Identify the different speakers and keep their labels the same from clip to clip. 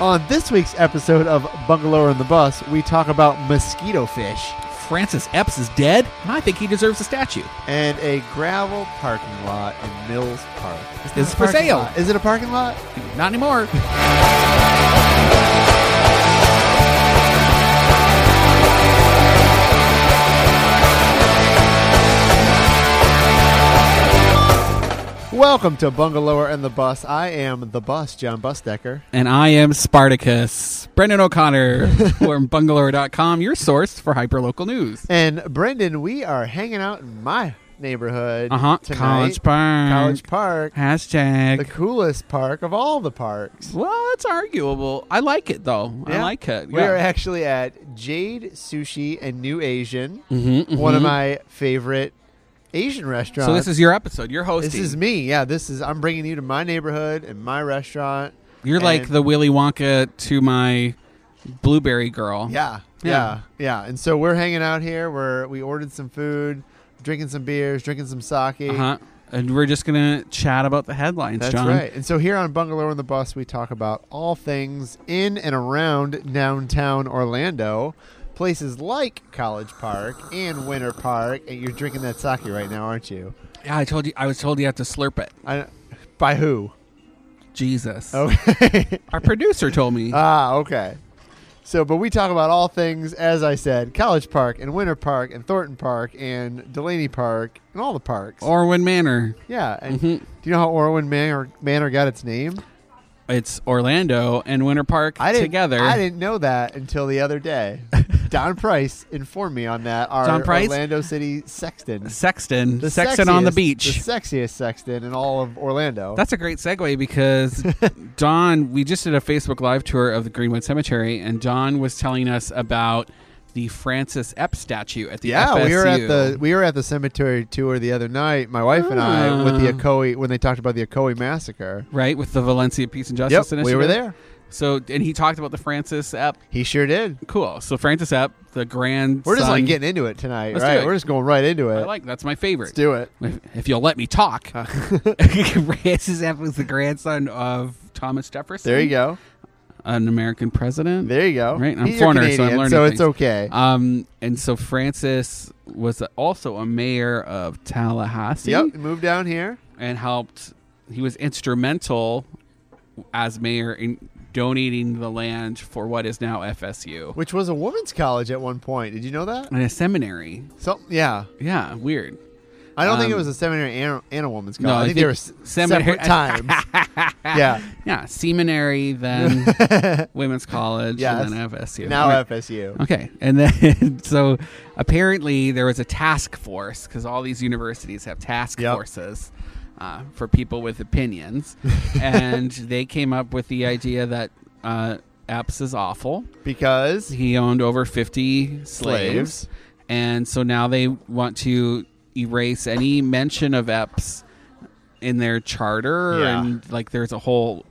Speaker 1: On this week's episode of Bungalower in the Bus, we talk about mosquito fish
Speaker 2: Francis Epps is dead, and I think he deserves a statue.
Speaker 1: and a gravel parking lot in Mills Park. It's
Speaker 2: It's
Speaker 1: not a
Speaker 2: for
Speaker 1: parking
Speaker 2: sale.
Speaker 1: lot. Is it a parking lot?
Speaker 2: Not anymore.
Speaker 1: Welcome to Bungalower and the Bus. I am the bus, John Busdecker.
Speaker 2: And I am Spartacus, Brendan O'Connor from bungalow.com, your source for hyperlocal news.
Speaker 1: And Brendan, we are hanging out in my neighborhood
Speaker 2: Uh huh.
Speaker 1: tonight.
Speaker 2: College Park.
Speaker 1: College Park, the
Speaker 2: Hashtag.
Speaker 1: coolest park of all the parks.
Speaker 2: well, it's arguable. I like it, though. I
Speaker 1: Yeah.
Speaker 2: like it.
Speaker 1: We are actually at Jade Sushi and New Asian,
Speaker 2: Mhm, mhm.
Speaker 1: one of my favorite Asian restaurants.
Speaker 2: So this is your episode. You're hosting.
Speaker 1: this is me. Yeah, this is I'm bringing you to my neighborhood and my restaurant.
Speaker 2: You're like
Speaker 1: and-
Speaker 2: the Willy Wonka to my blueberry girl.
Speaker 1: Yeah, yeah,
Speaker 2: Yeah.
Speaker 1: yeah. And so we're hanging out here. We're we ordered some food, drinking some beers, drinking some sake.
Speaker 2: Uh huh. And we're just gonna chat about the headlines,
Speaker 1: That's
Speaker 2: John.
Speaker 1: right. And so here on Bungalow on the Bus, we talk about all things in and around downtown Orlando, places like College Park and Winter Park. And you're drinking that sake right now, aren't you?
Speaker 2: Yeah, I told you. I was told you have to slurp it.
Speaker 1: I, by who?
Speaker 2: Jesus.
Speaker 1: Oh. Okay.
Speaker 2: Our producer told me.
Speaker 1: ah, okay. So, but we talk about all things, as I said, College Park and Winter Park and Thornton Park and Delaney Park and all the parks.
Speaker 2: Orwin Manor.
Speaker 1: yeah. And
Speaker 2: Mhm.
Speaker 1: do you know how Orwin Manor, Manor got its name?
Speaker 2: It's Orlando and Winter Park
Speaker 1: I didn't,
Speaker 2: together.
Speaker 1: I didn't know that until the other day. Don Price informed me on that. Our
Speaker 2: Don Price?
Speaker 1: Orlando City sexton.
Speaker 2: Sexton.
Speaker 1: The
Speaker 2: Sexton on the
Speaker 1: sexiest-
Speaker 2: beach.
Speaker 1: The sexiest sexton in all of Orlando.
Speaker 2: That's a great segue because Don, we just did a Facebook Live tour of the Greenwood Cemetery, and Don was telling us about the Francis Epps statue at the
Speaker 1: yeah, we were at
Speaker 2: FSU.
Speaker 1: the we were at the cemetery tour the other night. My wife and I with the
Speaker 2: Ah.
Speaker 1: Akoi when they talked about the Akoi massacre.
Speaker 2: right with the Valencia Peace and
Speaker 1: Yep,
Speaker 2: Justice
Speaker 1: we
Speaker 2: Initiative.
Speaker 1: were there.
Speaker 2: So, and he talked about the Francis Epp.
Speaker 1: He sure did.
Speaker 2: Cool. So Francis Epp, the grand.
Speaker 1: We're just
Speaker 2: son-
Speaker 1: like getting into it tonight,
Speaker 2: Let's do
Speaker 1: right?
Speaker 2: it.
Speaker 1: We're just going right into
Speaker 2: I
Speaker 1: it.
Speaker 2: like that's my
Speaker 1: Let's
Speaker 2: favorite.
Speaker 1: do it.
Speaker 2: If, if you'll let me talk,
Speaker 1: Uh.
Speaker 2: Francis Epp was the grandson of Thomas Jefferson.
Speaker 1: There you go.
Speaker 2: An American president.
Speaker 1: There you go.
Speaker 2: Right, I'm
Speaker 1: He's your
Speaker 2: foreigner, so I'm
Speaker 1: Canadian,
Speaker 2: learning
Speaker 1: so it's
Speaker 2: things.
Speaker 1: okay.
Speaker 2: Um, and so Francis was also a mayor of Tallahassee
Speaker 1: Yep, move down here.
Speaker 2: and helped. He was instrumental as mayor in donating the land for what is now FSU
Speaker 1: which was a women's college at one point. Did you know that?
Speaker 2: and a seminary.
Speaker 1: So yeah,
Speaker 2: Yeah, weird.
Speaker 1: I don't think it
Speaker 2: Um,
Speaker 1: was a seminary and, and a women's college.
Speaker 2: No,
Speaker 1: I,
Speaker 2: I
Speaker 1: think, they were s-
Speaker 2: think seminary-
Speaker 1: separate times. yeah,
Speaker 2: Yeah, seminary, then women's college,
Speaker 1: Yes.
Speaker 2: and then FSU.
Speaker 1: now
Speaker 2: Right.
Speaker 1: FSU.
Speaker 2: Okay, and then so apparently there was a task force because all these universities have task
Speaker 1: Yep.
Speaker 2: forces uh, for people with opinions, and they came up with the idea that uh, Epps is awful.
Speaker 1: Because
Speaker 2: He owned over fifty slaves,
Speaker 1: Slaves.
Speaker 2: and so now they want to erase any mention of Epps in their charter,
Speaker 1: Yeah.
Speaker 2: and like there's a whole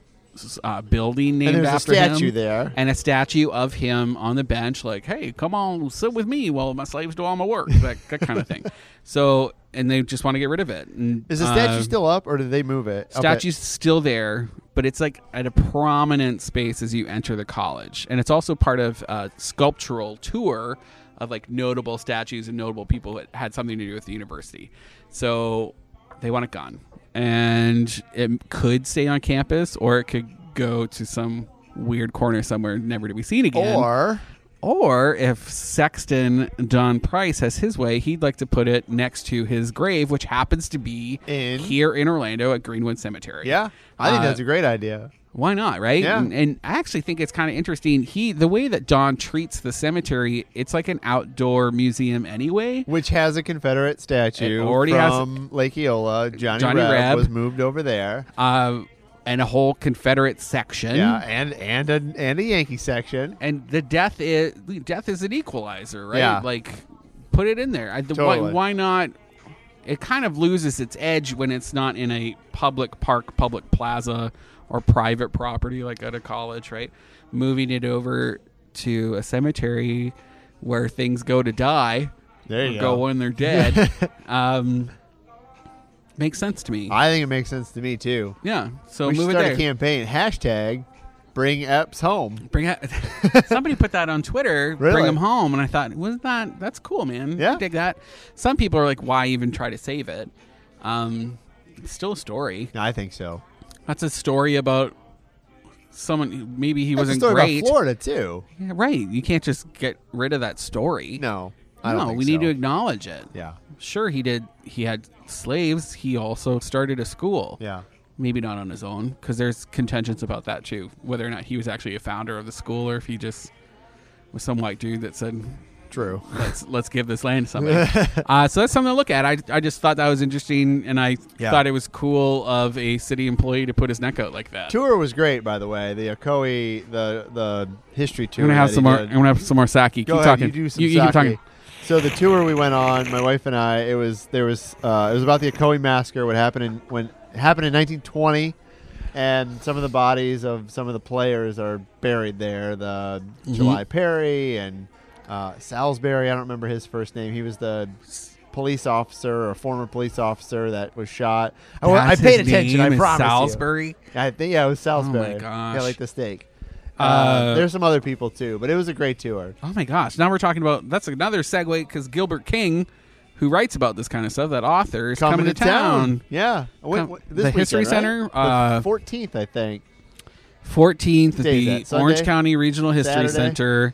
Speaker 2: uh, building named
Speaker 1: and there's a
Speaker 2: after
Speaker 1: statue
Speaker 2: him
Speaker 1: there.
Speaker 2: and a statue of him on the bench, like, "Hey, come on, sit with me while my slaves do all my work," that, that kind of thing. So, and they just want to get rid of it. And,
Speaker 1: Is the statue
Speaker 2: uh,
Speaker 1: still up, or did they move it? Up it-
Speaker 2: Statue's still there, but it's like at a prominent space as you enter the college, and it's also part of a sculptural tour of like notable statues and notable people that had something to do with the university. So they want it gone, and it could stay on campus, or it could go to some weird corner somewhere, never to be seen again.
Speaker 1: or
Speaker 2: Or if Sexton Don Price has his way, he'd like to put it next to his grave, which happens to be
Speaker 1: In-
Speaker 2: here in Orlando at Greenwood Cemetery.
Speaker 1: yeah, I think
Speaker 2: Uh,
Speaker 1: that's a great idea.
Speaker 2: Why not, right?
Speaker 1: Yeah.
Speaker 2: And, and I actually think it's kind of interesting. He the way that Don treats the cemetery, it's like an outdoor museum anyway.
Speaker 1: Which has a Confederate statue
Speaker 2: It already has-
Speaker 1: from Lake Eola. Johnny,
Speaker 2: Johnny
Speaker 1: Reb,
Speaker 2: Reb.
Speaker 1: was moved over there.
Speaker 2: Uh, and a whole Confederate section.
Speaker 1: Yeah, and and a, and a Yankee section.
Speaker 2: and the death is death is an equalizer, right?
Speaker 1: Yeah.
Speaker 2: Like, put it in there. I, the,
Speaker 1: Totally.
Speaker 2: why, why not? It kind of loses its edge when it's not in a public park, public plaza, or private property like at a college, right? Moving it over to a cemetery where things go to die,
Speaker 1: There you
Speaker 2: or
Speaker 1: go.
Speaker 2: when they're dead, um, makes sense to me.
Speaker 1: I think it makes sense to me too.
Speaker 2: yeah, so
Speaker 1: we should
Speaker 2: move it
Speaker 1: start
Speaker 2: there.
Speaker 1: a campaign. Hashtag Bring Epps home.
Speaker 2: Bring it. Somebody put that on Twitter.
Speaker 1: Really?
Speaker 2: Bring them home, and I thought, wasn't that that's cool, man?
Speaker 1: Yeah.
Speaker 2: I dig that. Some people are like, why even try to save it? Um, it's still a story.
Speaker 1: No, I think so.
Speaker 2: That's a story about someone. Who, maybe he
Speaker 1: That's a
Speaker 2: wasn't
Speaker 1: story
Speaker 2: great.
Speaker 1: about Florida too.
Speaker 2: Yeah, right. You can't just get rid of that story.
Speaker 1: No, I
Speaker 2: no.
Speaker 1: don't think
Speaker 2: we
Speaker 1: so.
Speaker 2: need to acknowledge it.
Speaker 1: Yeah,
Speaker 2: Sure, he did. He had slaves. He also started a school.
Speaker 1: yeah.
Speaker 2: Maybe not on his own, because there's contentions about that too, whether or not he was actually a founder of the school or if he just was some white dude that said,
Speaker 1: True.
Speaker 2: "Let's let's give this land to somebody." uh, so that's something to look at. I, I just thought that was interesting, and I
Speaker 1: Yeah.
Speaker 2: thought it was cool of a city employee to put his neck out like that.
Speaker 1: Tour was great, by the way. The Okoe, the the history tour.
Speaker 2: I'm gonna have
Speaker 1: that he
Speaker 2: some more.
Speaker 1: did.
Speaker 2: I'm gonna have some more sake. Keep
Speaker 1: Go ahead,
Speaker 2: talking.
Speaker 1: you do some
Speaker 2: you, you keep
Speaker 1: sake.
Speaker 2: talking.
Speaker 1: So the tour we went on, my wife and I, it was there was uh, it was about the Okoe massacre. What happened in when it happened in 1920, and some of the bodies of some of the players are buried there. The
Speaker 2: Mm-hmm.
Speaker 1: July Perry and uh, Salisbury. I don't remember his first name. He was the police officer or former police officer that was shot. I, wa- I
Speaker 2: That's
Speaker 1: paid
Speaker 2: his
Speaker 1: attention.
Speaker 2: name
Speaker 1: I
Speaker 2: is
Speaker 1: promise you.
Speaker 2: Salisbury. Oh
Speaker 1: I think yeah, it was Salisbury.
Speaker 2: gosh.
Speaker 1: Yeah, like the steak. Uh,
Speaker 2: Uh,
Speaker 1: there's some other people too, but it was a great tour.
Speaker 2: Oh my gosh! Now we're talking about that's another segue because Gilbert King, who writes about this kind of stuff, that author is coming, to, town.
Speaker 1: Yeah, Wait,
Speaker 2: Come-
Speaker 1: what-
Speaker 2: the
Speaker 1: this weekend,
Speaker 2: History
Speaker 1: right?
Speaker 2: Center, uh,
Speaker 1: the 14th, I think.
Speaker 2: Fourteenth at
Speaker 1: Day is
Speaker 2: the
Speaker 1: that, Sunday?
Speaker 2: Orange County Regional
Speaker 1: Saturday?
Speaker 2: History Center.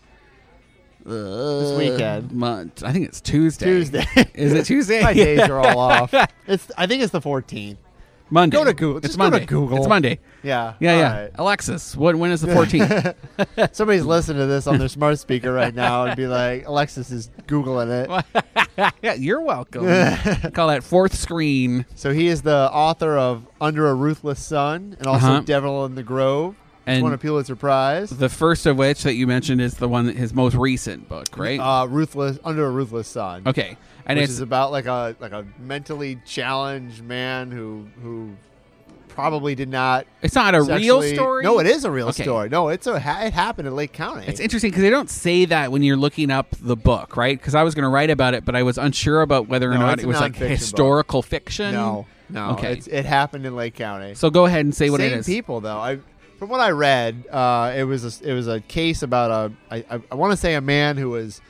Speaker 1: This weekend.
Speaker 2: Month. I think it's uh, Tuesday.
Speaker 1: Tuesday.
Speaker 2: Is it Tuesday?
Speaker 1: My days are all off. It's I think it's the 14th.
Speaker 2: Monday.
Speaker 1: Go to Google.
Speaker 2: It's
Speaker 1: Just go to
Speaker 2: Monday.
Speaker 1: Google.
Speaker 2: It's Monday.
Speaker 1: Yeah.
Speaker 2: Yeah,
Speaker 1: all
Speaker 2: yeah.
Speaker 1: right.
Speaker 2: Alexis, what, when is the 14th?
Speaker 1: Somebody's listening to this on their smart speaker right now and be like, Alexis is googling it.
Speaker 2: yeah, you're welcome. Call that fourth screen.
Speaker 1: So he is the author of Under a Ruthless Sun and also
Speaker 2: Uh-huh.
Speaker 1: Devil in the Grove. He's
Speaker 2: And-
Speaker 1: won a Pulitzer Prize.
Speaker 2: The first of which that you mentioned is the one that his most recent book, right?
Speaker 1: uh, ruthless under a ruthless sun.
Speaker 2: okay. And
Speaker 1: which
Speaker 2: it's
Speaker 1: is about like a like a mentally challenged man who who probably did not
Speaker 2: it's not a real
Speaker 1: sexually-
Speaker 2: story.
Speaker 1: No, it is a real
Speaker 2: Okay.
Speaker 1: story. No, it's a ha- it happened in Lake County.
Speaker 2: It's interesting because they don't say that when you're looking up the book, right? Because I was going to write about it, but I was unsure about whether or
Speaker 1: No,
Speaker 2: not
Speaker 1: it's
Speaker 2: it
Speaker 1: a
Speaker 2: was like
Speaker 1: nonfiction book.
Speaker 2: historical fiction.
Speaker 1: no, no.
Speaker 2: Okay.
Speaker 1: It's, it happened in Lake County.
Speaker 2: So go ahead and say what
Speaker 1: Same
Speaker 2: it is.
Speaker 1: people though. I from what I read, uh, it was a, it was a case about a I, I, I want to say a man who was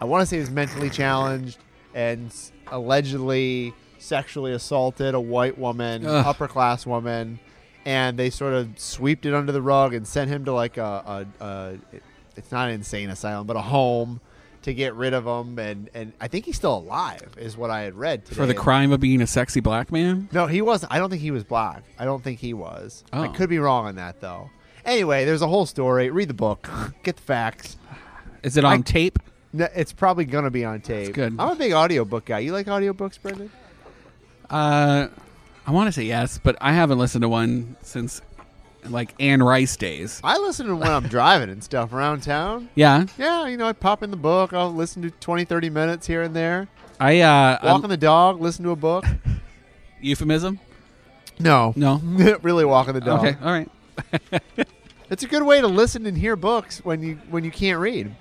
Speaker 1: I want to say he was mentally challenged and s- allegedly sexually assaulted a white woman,
Speaker 2: Ugh.
Speaker 1: upper class woman, and they sort of swept it under the rug and sent him to like a, a, a it- it's not an insane asylum but a home to get rid of him and and I think he's still alive is what I had read today.
Speaker 2: For the crime of being a sexy black man?
Speaker 1: No, he wasn't. I don't think he was black. I don't think he was. I
Speaker 2: Oh.
Speaker 1: could be wrong on that though. Anyway, there's a whole story. Read the book. Get the facts.
Speaker 2: Is it on
Speaker 1: I-
Speaker 2: tape?
Speaker 1: No, it's probably gonna be on tape.
Speaker 2: good.
Speaker 1: I'm a big audiobook guy. You like audiobooks, Brendan?
Speaker 2: Uh, I want to say yes, but I haven't listened to one since like Anne Rice days.
Speaker 1: I listen to 'em when I'm driving and stuff around town.
Speaker 2: Yeah.
Speaker 1: Yeah, you know, I pop in the book. I'll listen to 20, 30 minutes here and there.
Speaker 2: I, uh, I-
Speaker 1: Walking the dog, listen to a book.
Speaker 2: euphemism?
Speaker 1: No,
Speaker 2: No.
Speaker 1: really walking the dog.
Speaker 2: Okay. All right.
Speaker 1: It's a good way to listen and hear books when you when you can't read.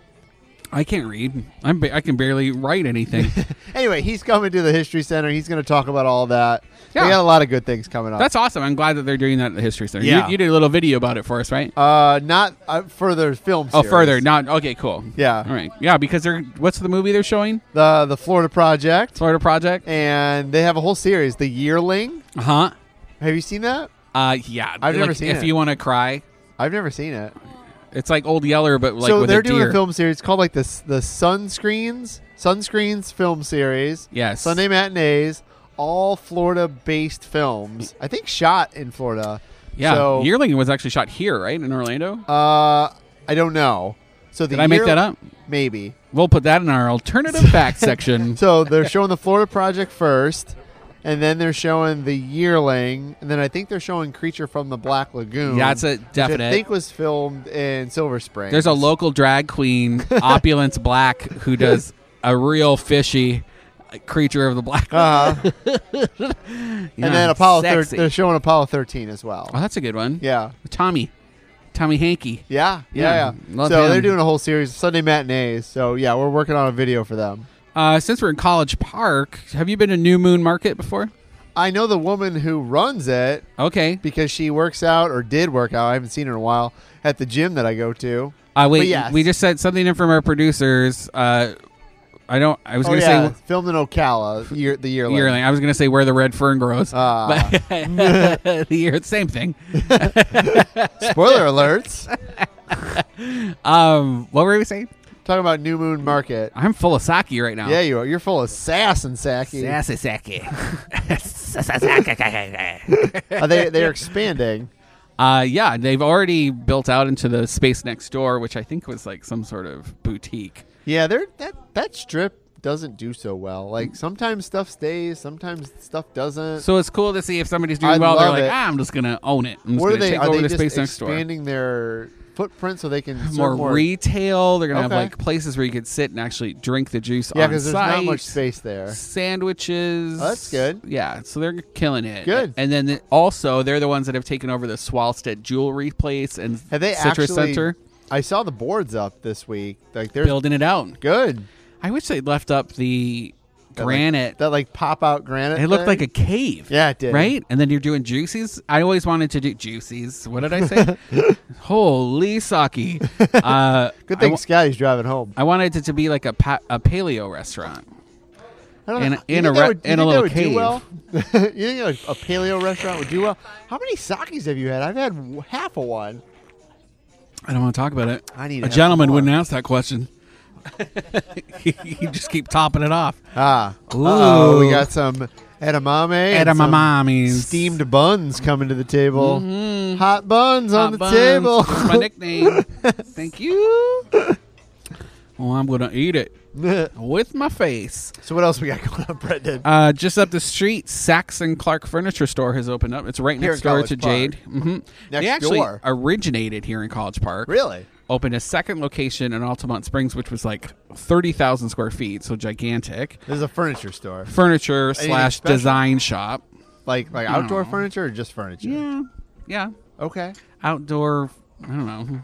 Speaker 2: I can't read. I'm ba- I can barely write anything.
Speaker 1: Anyway, he's coming to the History Center. He's going to talk about all that. We
Speaker 2: Yeah.
Speaker 1: got a lot of good things coming up.
Speaker 2: That's awesome. I'm glad that they're doing that at the History Center. You-
Speaker 1: Oh. Yeah.
Speaker 2: You, did a little video about it for us, right?
Speaker 1: uh, not uh, further film.
Speaker 2: Oh,
Speaker 1: series.
Speaker 2: further. Not okay. Cool.
Speaker 1: Yeah.
Speaker 2: All right. Yeah, because they're what's the movie they're showing?
Speaker 1: the the Florida Project,
Speaker 2: Florida Project.
Speaker 1: and they have a whole series, The Yearling.
Speaker 2: Uh huh.
Speaker 1: Have you seen that?
Speaker 2: Uh yeah.
Speaker 1: Uh-huh. I've never
Speaker 2: Like,
Speaker 1: seen
Speaker 2: If
Speaker 1: it.
Speaker 2: you want to cry,
Speaker 1: I've never seen it.
Speaker 2: it's like Old Yeller, but like
Speaker 1: so
Speaker 2: with
Speaker 1: they're
Speaker 2: a
Speaker 1: doing
Speaker 2: deer.
Speaker 1: a film series called like the S- the Sunscreens Sunscreens film series.
Speaker 2: Yes.
Speaker 1: Sunday matinees, all Florida based films. I think shot in Florida.
Speaker 2: Yeah.
Speaker 1: So,
Speaker 2: Yearling was actually shot here, right in Orlando.
Speaker 1: uh, I don't know. So the
Speaker 2: Did I make
Speaker 1: Yearl-
Speaker 2: that up?
Speaker 1: Maybe.
Speaker 2: We'll put that in our alternative fact section.
Speaker 1: So they're showing the Florida Project first, and then they're showing the Yearling, and then I think they're showing Creature from the Black Lagoon.
Speaker 2: Yeah, that's a
Speaker 1: Which I
Speaker 2: definite.
Speaker 1: think was filmed in Silver Spring.
Speaker 2: There's a local drag queen, Opulence Black, who does a real fishy creature of the black.
Speaker 1: uh and then Apollo. Thir-
Speaker 2: Sexy.
Speaker 1: they're showing Apollo 13 as well.
Speaker 2: Oh, that's a good one.
Speaker 1: Yeah.
Speaker 2: Tommy, Tommy Hanky.
Speaker 1: Yeah, yeah,
Speaker 2: Yeah,
Speaker 1: yeah.
Speaker 2: love
Speaker 1: So
Speaker 2: him.
Speaker 1: they're doing a whole series Sunday matinees. So yeah, we're working on a video for them.
Speaker 2: Uh, since we're in College Park, have you been to New Moon Market before?
Speaker 1: I know the woman who runs it
Speaker 2: Okay.
Speaker 1: because she works out or did work out. I haven't seen her in a while at the gym that I go to.
Speaker 2: Uh,
Speaker 1: But
Speaker 2: wait,
Speaker 1: yes.
Speaker 2: we just said something in from our producers. Uh, I don't. I was
Speaker 1: Oh
Speaker 2: gonna
Speaker 1: yeah,
Speaker 2: say
Speaker 1: filmed in Ocala year, the year later.
Speaker 2: yearling. I was gonna say where the red fern grows.
Speaker 1: Ah.
Speaker 2: But the year, same thing.
Speaker 1: Spoiler alerts.
Speaker 2: Um, what were we saying?
Speaker 1: Talking about New Moon Market.
Speaker 2: I'm full of sake right now.
Speaker 1: Yeah, you are. You're full of sass and sacky.
Speaker 2: Sassy sake.
Speaker 1: Uh, they they're expanding.
Speaker 2: Uh, yeah, they've already built out into the space next door, which I think was like some sort of boutique.
Speaker 1: Yeah, they're that that strip doesn't do so well. Like sometimes stuff stays, sometimes stuff doesn't.
Speaker 2: So it's cool to see if somebody's doing
Speaker 1: I
Speaker 2: well. They're
Speaker 1: love
Speaker 2: like,
Speaker 1: it.
Speaker 2: ah, I'm just gonna own it. I'm just
Speaker 1: what are
Speaker 2: gonna
Speaker 1: they?
Speaker 2: take
Speaker 1: Are
Speaker 2: over
Speaker 1: they
Speaker 2: the
Speaker 1: just
Speaker 2: space next door.
Speaker 1: expanding their footprint so they can serve
Speaker 2: More,
Speaker 1: more
Speaker 2: retail. They're gonna
Speaker 1: Okay.
Speaker 2: have like places where you could sit and actually drink the juice
Speaker 1: Yeah,
Speaker 2: on
Speaker 1: because
Speaker 2: site.
Speaker 1: there's not much space there.
Speaker 2: Sandwiches.
Speaker 1: Oh, that's good.
Speaker 2: Yeah, so they're killing it.
Speaker 1: Good.
Speaker 2: And then the- also they're the ones that have taken over the Swalstead Jewelry Place and
Speaker 1: Have they
Speaker 2: Citrus
Speaker 1: actually?
Speaker 2: Center,
Speaker 1: I saw the boards up this week. Like they're
Speaker 2: building it out.
Speaker 1: good.
Speaker 2: I wish they'd left up the
Speaker 1: That, like-
Speaker 2: granite
Speaker 1: that like pop out granite.
Speaker 2: It looked
Speaker 1: thing.
Speaker 2: like a cave.
Speaker 1: Yeah, it did.
Speaker 2: Right? And then you're doing juicies. I always wanted to do juicies. What did I say? Holy sake. Uh,
Speaker 1: good
Speaker 2: I
Speaker 1: thing
Speaker 2: wa-
Speaker 1: Scotty's driving home.
Speaker 2: I wanted it to be like a pa- a paleo restaurant.
Speaker 1: I don't
Speaker 2: in-
Speaker 1: know.
Speaker 2: in
Speaker 1: you
Speaker 2: a
Speaker 1: think that
Speaker 2: re-
Speaker 1: would, you
Speaker 2: in a
Speaker 1: think that would
Speaker 2: little
Speaker 1: do well? you think a, a paleo restaurant would do well? How many sakis have you had? I've had w- half of one.
Speaker 2: I don't want to talk about it.
Speaker 1: I need to
Speaker 2: a
Speaker 1: have
Speaker 2: gentleman
Speaker 1: some more.
Speaker 2: wouldn't ask that question. you just keep topping it off.
Speaker 1: Ah, oh, we
Speaker 2: Ooh.
Speaker 1: got some edamame, and some
Speaker 2: Edamame.
Speaker 1: steamed buns coming to the table. Hot buns on
Speaker 2: Mm-hmm. Hot
Speaker 1: the table.
Speaker 2: buns. That's my nickname. Thank you. Well, I'm gonna eat it with my face.
Speaker 1: so what else we got going on, Brendan?
Speaker 2: Uh, just up the street, Saxon Clark Furniture Store has opened up. It's right
Speaker 1: Here
Speaker 2: next
Speaker 1: in
Speaker 2: door
Speaker 1: College
Speaker 2: to
Speaker 1: Park.
Speaker 2: Jade. hmm they
Speaker 1: Next
Speaker 2: actually
Speaker 1: door.
Speaker 2: originated here in College Park.
Speaker 1: really?
Speaker 2: Opened a second location in Altamont Springs, which was like thirty thousand square feet, so gigantic.
Speaker 1: This is a furniture store,
Speaker 2: Furniture slash
Speaker 1: special?
Speaker 2: design shop.
Speaker 1: like like outdoor
Speaker 2: No.
Speaker 1: furniture or just furniture?
Speaker 2: Yeah, yeah.
Speaker 1: Okay.
Speaker 2: Outdoor. I don't know.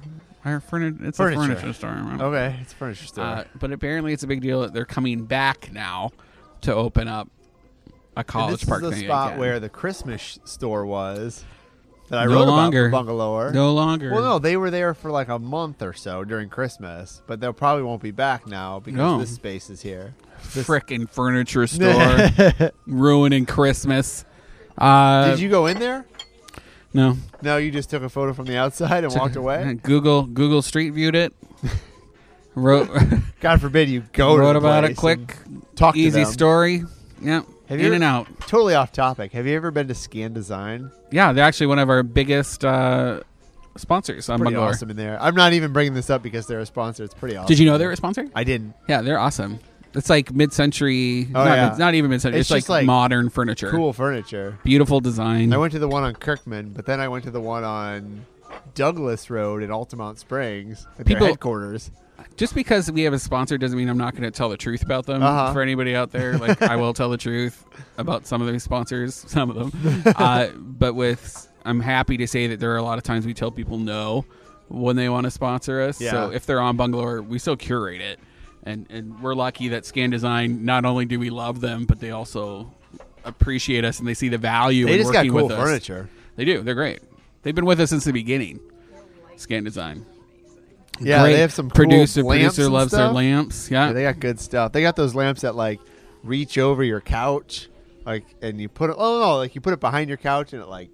Speaker 2: Our furniture. It's
Speaker 1: Furniture. Oh,
Speaker 2: a furniture store. I don't know.
Speaker 1: Okay, it's a furniture store.
Speaker 2: Uh, but apparently, it's a big deal that they're coming back now to open up a
Speaker 1: And
Speaker 2: College
Speaker 1: this is
Speaker 2: Park
Speaker 1: the
Speaker 2: oh, thing
Speaker 1: spot
Speaker 2: again.
Speaker 1: where the Christmas sh- store was that I
Speaker 2: No
Speaker 1: wrote
Speaker 2: longer.
Speaker 1: about, the bungalower.
Speaker 2: no longer.
Speaker 1: Well, no, they were there for like a month or so during Christmas, but they probably won't be back now because
Speaker 2: No.
Speaker 1: this space is here. This-
Speaker 2: frickin' furniture store ruining Christmas. Uh,
Speaker 1: Did you go in there?
Speaker 2: no
Speaker 1: No, you just took a photo from the outside and walked away.
Speaker 2: Google Google Street viewed it. wrote
Speaker 1: God forbid you go. to
Speaker 2: wrote
Speaker 1: the
Speaker 2: about a
Speaker 1: place
Speaker 2: quick,
Speaker 1: and talk to
Speaker 2: easy
Speaker 1: them.
Speaker 2: story. Yep,
Speaker 1: Have
Speaker 2: in
Speaker 1: you-
Speaker 2: and out.
Speaker 1: Totally off topic. Have you ever been to Scan Design?
Speaker 2: Yeah, they're actually one of our biggest uh, sponsors on
Speaker 1: Pretty
Speaker 2: Bungalow.
Speaker 1: awesome in there. I'm not even bringing this up because they're a sponsor. It's pretty awesome.
Speaker 2: Did you know they're a sponsor?
Speaker 1: I didn't.
Speaker 2: Yeah, they're awesome. It's like mid-century.
Speaker 1: Oh,
Speaker 2: not,
Speaker 1: yeah.
Speaker 2: mid- not even mid-century.
Speaker 1: It's
Speaker 2: It's,
Speaker 1: just, like,
Speaker 2: modern furniture.
Speaker 1: Cool furniture.
Speaker 2: Beautiful design.
Speaker 1: I went to the one on Kirkman, but then I went to the one on Douglas Road in Altamont Springs at
Speaker 2: People-
Speaker 1: their headquarters.
Speaker 2: just because we have a sponsor doesn't mean I'm not going to tell the truth about them.
Speaker 1: Uh-huh.
Speaker 2: For anybody out there, like I will tell the truth about some of these sponsors, some of them. Uh, but with, I'm happy to say that there are a lot of times we tell people no when they want to sponsor us.
Speaker 1: Yeah.
Speaker 2: So if they're on Bungalow, we still curate it, and and we're lucky that Scan Design. Not only do we love them, but they also appreciate us and they see the value.
Speaker 1: They
Speaker 2: in
Speaker 1: just got
Speaker 2: working
Speaker 1: cool
Speaker 2: with us.
Speaker 1: furniture.
Speaker 2: They do. They're great. They've been with us since the beginning. Scan Design.
Speaker 1: Yeah,
Speaker 2: Great.
Speaker 1: they have some cool
Speaker 2: producer.
Speaker 1: lamps
Speaker 2: producer
Speaker 1: and
Speaker 2: loves
Speaker 1: stuff.
Speaker 2: their lamps. Yeah.
Speaker 1: Yeah, they got good stuff. They got those lamps that like reach over your couch, like, and you put it. Oh no, like you put it behind your couch and it like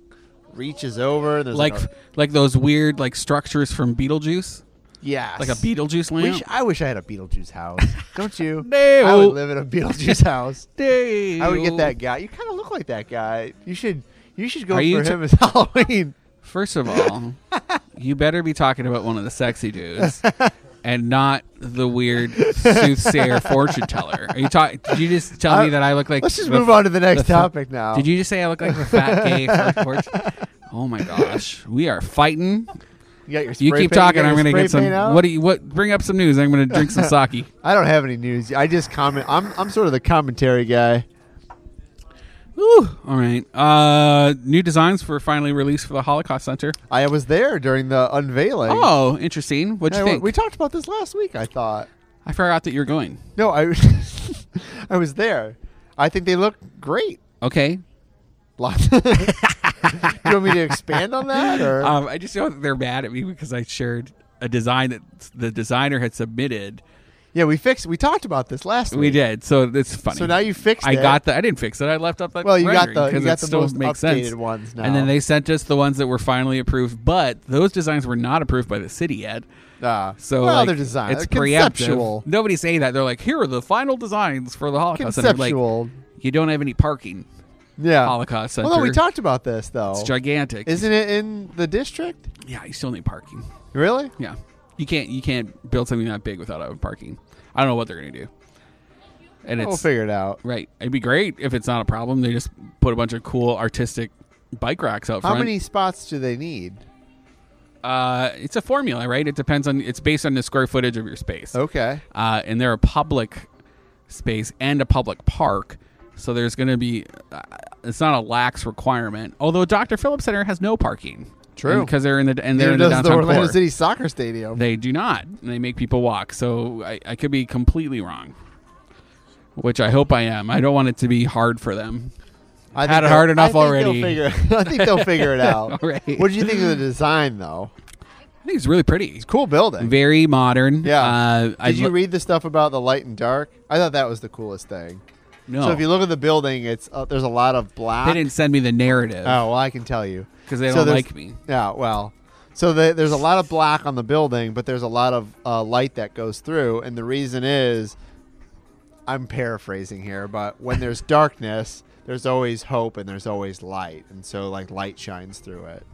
Speaker 1: reaches over. and There's
Speaker 2: like
Speaker 1: like, a,
Speaker 2: like those weird like structures from Beetlejuice,
Speaker 1: yes,
Speaker 2: like a Beetlejuice
Speaker 1: We
Speaker 2: lamp.
Speaker 1: sh- I wish I had a Beetlejuice house. Don't you?
Speaker 2: No.
Speaker 1: I would live in a Beetlejuice house.
Speaker 2: Damn.
Speaker 1: I would get that guy. You kind of look like that guy. You should. You should go
Speaker 2: Are
Speaker 1: for
Speaker 2: you t-
Speaker 1: him as Halloween.
Speaker 2: First of all, you better be talking about one of the sexy dudes. And not the weird soothsayer fortune teller. Are you talking? Did you just tell
Speaker 1: I-
Speaker 2: me that I look like?
Speaker 1: Uh, Let's just
Speaker 2: the-
Speaker 1: move on to the next
Speaker 2: the-
Speaker 1: topic now.
Speaker 2: Did you just say I look like the fat gay fortune? Oh my gosh, we are fighting.
Speaker 1: You got your
Speaker 2: You
Speaker 1: spray
Speaker 2: keep
Speaker 1: paint- you
Speaker 2: talking.
Speaker 1: got
Speaker 2: I'm
Speaker 1: your
Speaker 2: gonna
Speaker 1: spray
Speaker 2: get some.
Speaker 1: paint out?
Speaker 2: What do you? What? Bring up some news. I'm gonna drink some sake.
Speaker 1: I don't have any news. I just comment. I'm I'm sort of the commentary guy.
Speaker 2: Whew. All right. Uh, new designs were finally released for the Holocaust Center.
Speaker 1: I was there during the unveiling.
Speaker 2: Oh, interesting. What'd
Speaker 1: Yeah,
Speaker 2: you
Speaker 1: we-
Speaker 2: think?
Speaker 1: We talked about this last week. I thought.
Speaker 2: I forgot that you're going.
Speaker 1: No, I I was there. I think they look great.
Speaker 2: Okay.
Speaker 1: Lots. Do you want me to expand on that, or
Speaker 2: Um, I just know that they're mad at me because I shared a design that the designer had submitted.
Speaker 1: yeah, we fixed. We talked about this last
Speaker 2: We
Speaker 1: week.
Speaker 2: did, so it's funny.
Speaker 1: So now you fixed.
Speaker 2: I
Speaker 1: it.
Speaker 2: got the. I didn't fix it. I left up that.
Speaker 1: Well, you got
Speaker 2: rendering
Speaker 1: the you
Speaker 2: 'cause
Speaker 1: got
Speaker 2: it
Speaker 1: the
Speaker 2: still
Speaker 1: most
Speaker 2: makes
Speaker 1: updated
Speaker 2: sense.
Speaker 1: ones now.
Speaker 2: And then they sent us the ones that were finally approved, but those designs were not approved by the city yet.
Speaker 1: Ah.
Speaker 2: So
Speaker 1: well,
Speaker 2: like,
Speaker 1: they're designed.
Speaker 2: It's
Speaker 1: They're conceptual.
Speaker 2: preemptive. Nobody's saying that. They're like, here are the final designs for the Holocaust Center. Like,
Speaker 1: Conceptual.
Speaker 2: you don't have any parking.
Speaker 1: yeah.
Speaker 2: Holocaust Center.
Speaker 1: Oh. Well, no, we talked about this though.
Speaker 2: It's gigantic.
Speaker 1: Isn't it in the district?
Speaker 2: yeah, you still need parking.
Speaker 1: Really?
Speaker 2: Yeah, you can't you can't build something that big without having parking. I don't know what they're gonna do. And
Speaker 1: We'll
Speaker 2: it's
Speaker 1: figure it out.
Speaker 2: right. It'd be great if it's not a problem. They just put a bunch of cool artistic bike racks out
Speaker 1: How
Speaker 2: front.
Speaker 1: many spots do they need?
Speaker 2: Uh, it's a formula, right? It depends on. It's based on the square footage of your space.
Speaker 1: Okay.
Speaker 2: uh, and they're a public space and a public park. So there's going to be, uh, it's not a lax requirement. Although Dr. Phillips Center has no parking,
Speaker 1: True.
Speaker 2: because they're in the and they're
Speaker 1: Neither
Speaker 2: in
Speaker 1: does
Speaker 2: the
Speaker 1: the
Speaker 2: downtown
Speaker 1: Orlando
Speaker 2: core.
Speaker 1: City Soccer Stadium.
Speaker 2: They do not. And they make people walk. So I, I could be completely wrong, which I hope I am. I don't want it to be hard for them.
Speaker 1: I
Speaker 2: had it
Speaker 1: they'll-
Speaker 2: hard
Speaker 1: I
Speaker 2: enough
Speaker 1: think they'll
Speaker 2: already.
Speaker 1: figure- I think they'll figure it out.
Speaker 2: All right.
Speaker 1: What do you think of the design, though?
Speaker 2: I think it's really pretty,
Speaker 1: Cool building. Did
Speaker 2: very modern.
Speaker 1: Yeah.
Speaker 2: Uh, I
Speaker 1: you
Speaker 2: lo-
Speaker 1: read the stuff about the light and dark? I thought that was the coolest thing.
Speaker 2: no.
Speaker 1: So if you look at the building, it's uh, there's a lot of black.
Speaker 2: they didn't send me the narrative
Speaker 1: Oh well, I can tell you
Speaker 2: because they
Speaker 1: So
Speaker 2: don't
Speaker 1: there's-
Speaker 2: like me.
Speaker 1: Yeah, well, so the, there's a lot of black on the building, but there's a lot of uh, light that goes through, and the reason is, I'm paraphrasing here, but when there's darkness, there's always hope and there's always light, and so like light shines through it.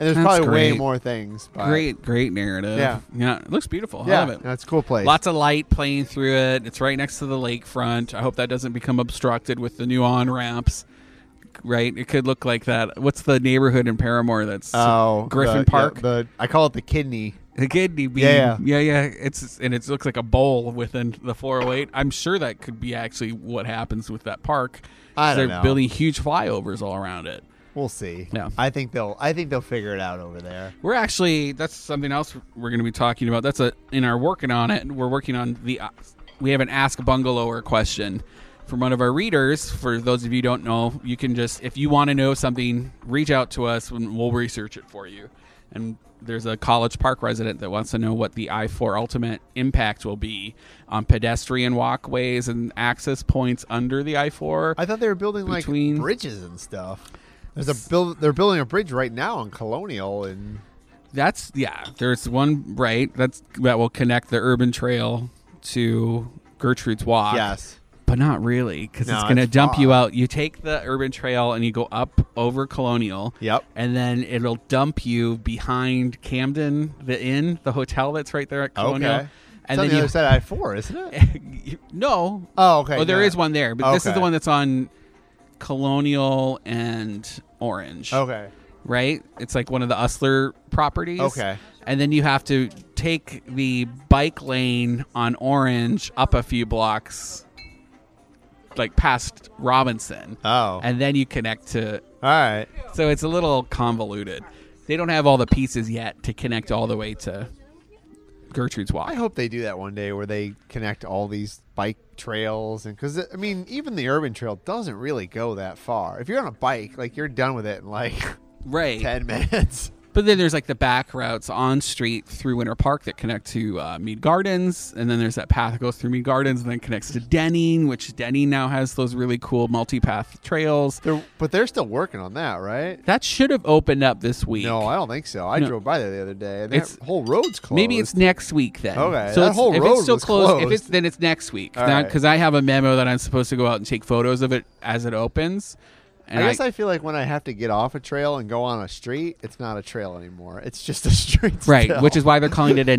Speaker 1: And there's
Speaker 2: That's
Speaker 1: probably way
Speaker 2: great.
Speaker 1: more things. But
Speaker 2: Great, great narrative.
Speaker 1: Yeah.
Speaker 2: yeah, it looks beautiful. I
Speaker 1: yeah,
Speaker 2: love it.
Speaker 1: that's a cool place.
Speaker 2: Lots of light playing through it. It's right next to the lakefront. I hope that doesn't become obstructed with the new on ramps. Right, it could look like that. What's the neighborhood in Paramore? That's
Speaker 1: oh,
Speaker 2: Griffin
Speaker 1: the-
Speaker 2: Park.
Speaker 1: yeah, the I call it the kidney.
Speaker 2: the kidney bean.
Speaker 1: Yeah,
Speaker 2: yeah, yeah. It's and it looks like a bowl within the 408. I'm sure that could be actually what happens with that park.
Speaker 1: I don't
Speaker 2: They're
Speaker 1: know.
Speaker 2: building huge flyovers all around it.
Speaker 1: We'll see.
Speaker 2: Yeah.
Speaker 1: I think they'll. I think they'll figure it out over there.
Speaker 2: We're actually that's something else we're going to be talking about. That's a in our working on it. We're working on the uh, we have an ask bungalower question from one of our readers. For those of you who don't know, you can just if you want to know something, reach out to us and we'll research it for you. And there's a College Park resident that wants to know what the I-4 ultimate impact will be on pedestrian walkways and access points under the I-4.
Speaker 1: I thought they were building like
Speaker 2: Between-
Speaker 1: bridges and stuff. There's a build. They're building a bridge right now on Colonial, and
Speaker 2: That's yeah. There's one right that's that will connect the urban trail to Gertrude's Walk.
Speaker 1: yes,
Speaker 2: but not really because
Speaker 1: No,
Speaker 2: it's going to
Speaker 1: it's
Speaker 2: dump you
Speaker 1: far.
Speaker 2: out. You take the urban trail and you go up over Colonial.
Speaker 1: Yep.
Speaker 2: and then it'll dump you behind Camden, the inn, the hotel that's right there at Colonial.
Speaker 1: okay. it's
Speaker 2: And
Speaker 1: on
Speaker 2: then
Speaker 1: the
Speaker 2: you
Speaker 1: other side of I four, isn't it?
Speaker 2: you- no.
Speaker 1: Oh, okay.
Speaker 2: oh, there
Speaker 1: no.
Speaker 2: is one there, but this is
Speaker 1: Okay.
Speaker 2: the one that's on Colonial and Orange
Speaker 1: Okay,
Speaker 2: right? It's like one of the Hustler properties.
Speaker 1: Okay.
Speaker 2: And then you have to take the bike lane on Orange up a few blocks, like past Robinson.
Speaker 1: Oh.
Speaker 2: And then you connect to.
Speaker 1: all right.
Speaker 2: So it's a little convoluted. They don't have all the pieces yet to connect all the way to Gertrude's Walk.
Speaker 1: I hope they do that one day where they connect all these bike trails, and because I mean, even the urban trail doesn't really go that far. If you're on a bike, like you're done with it in like
Speaker 2: Right.
Speaker 1: ten minutes.
Speaker 2: But then there's like the back routes on street through Winter Park that connect to uh, Mead Gardens, and then there's that path that goes through Mead Gardens and then connects to Denning, which Denning now has those really cool multi-path trails.
Speaker 1: They're, but they're still working on that, right?
Speaker 2: That should have opened up this week.
Speaker 1: No, I don't think so. I
Speaker 2: No.
Speaker 1: drove by there the other day, and
Speaker 2: It's-
Speaker 1: that whole road's closed.
Speaker 2: Maybe it's next week then.
Speaker 1: Okay,
Speaker 2: so
Speaker 1: that
Speaker 2: it's,
Speaker 1: whole
Speaker 2: if
Speaker 1: road
Speaker 2: it's still
Speaker 1: was
Speaker 2: closed, if
Speaker 1: closed.
Speaker 2: it's then it's next week
Speaker 1: All right.
Speaker 2: because I have a memo that I'm supposed to go out and take photos of it as it opens. And
Speaker 1: I guess I, feel like when I have to get off a trail and go on a street, it's not a trail anymore. It's just a street,
Speaker 2: right,
Speaker 1: still.
Speaker 2: which is why they're calling it a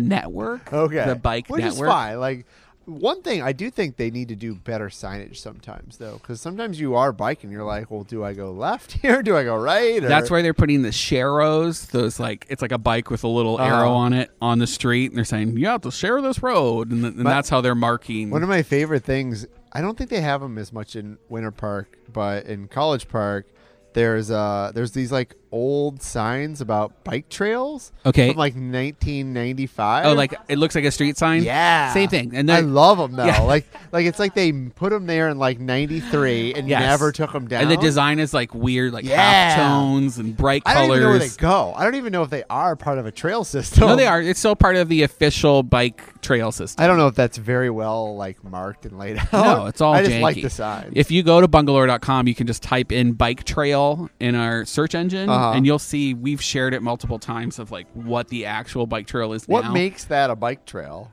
Speaker 2: network.
Speaker 1: okay.
Speaker 2: the bike
Speaker 1: which
Speaker 2: network.
Speaker 1: is fine. Like one thing, I do think they need to do better signage sometimes, though, because sometimes you are biking, you're like, well, do I go left here? Do I go right? Or,
Speaker 2: That's why they're putting the Sheros, those like it's like a bike with a little arrow
Speaker 1: Uh-huh.
Speaker 2: on it on the street, and they're saying you have to share this road, and, th- and that's how they're marking.
Speaker 1: One of my favorite things. I don't think they have them as much in Winter Park, but in College Park, there's uh, there's these like old signs about bike trails.
Speaker 2: Okay.
Speaker 1: From like 1995.
Speaker 2: Oh, like it looks like a street sign.
Speaker 1: Yeah.
Speaker 2: same thing. And
Speaker 1: I
Speaker 2: then
Speaker 1: love them though.
Speaker 2: Yeah.
Speaker 1: Like like it's like they put them there in like 93 and
Speaker 2: Yes.
Speaker 1: never took them down.
Speaker 2: and the design is like weird, like
Speaker 1: Yeah.
Speaker 2: half tones and bright
Speaker 1: I
Speaker 2: colors.
Speaker 1: don't even know where they go. I don't even know if they are part of a trail system.
Speaker 2: No, they are. It's still part of the official bike trail system.
Speaker 1: I don't know if that's very well like marked and laid out.
Speaker 2: No, it's all
Speaker 1: I just like
Speaker 2: janky.
Speaker 1: the sign.
Speaker 2: If you go to bungalore.com, you can just type in bike trail in our search engine,
Speaker 1: Uh-huh.
Speaker 2: and you'll see we've shared it multiple times of like what the actual bike trail is
Speaker 1: what
Speaker 2: now.
Speaker 1: makes that a bike trail?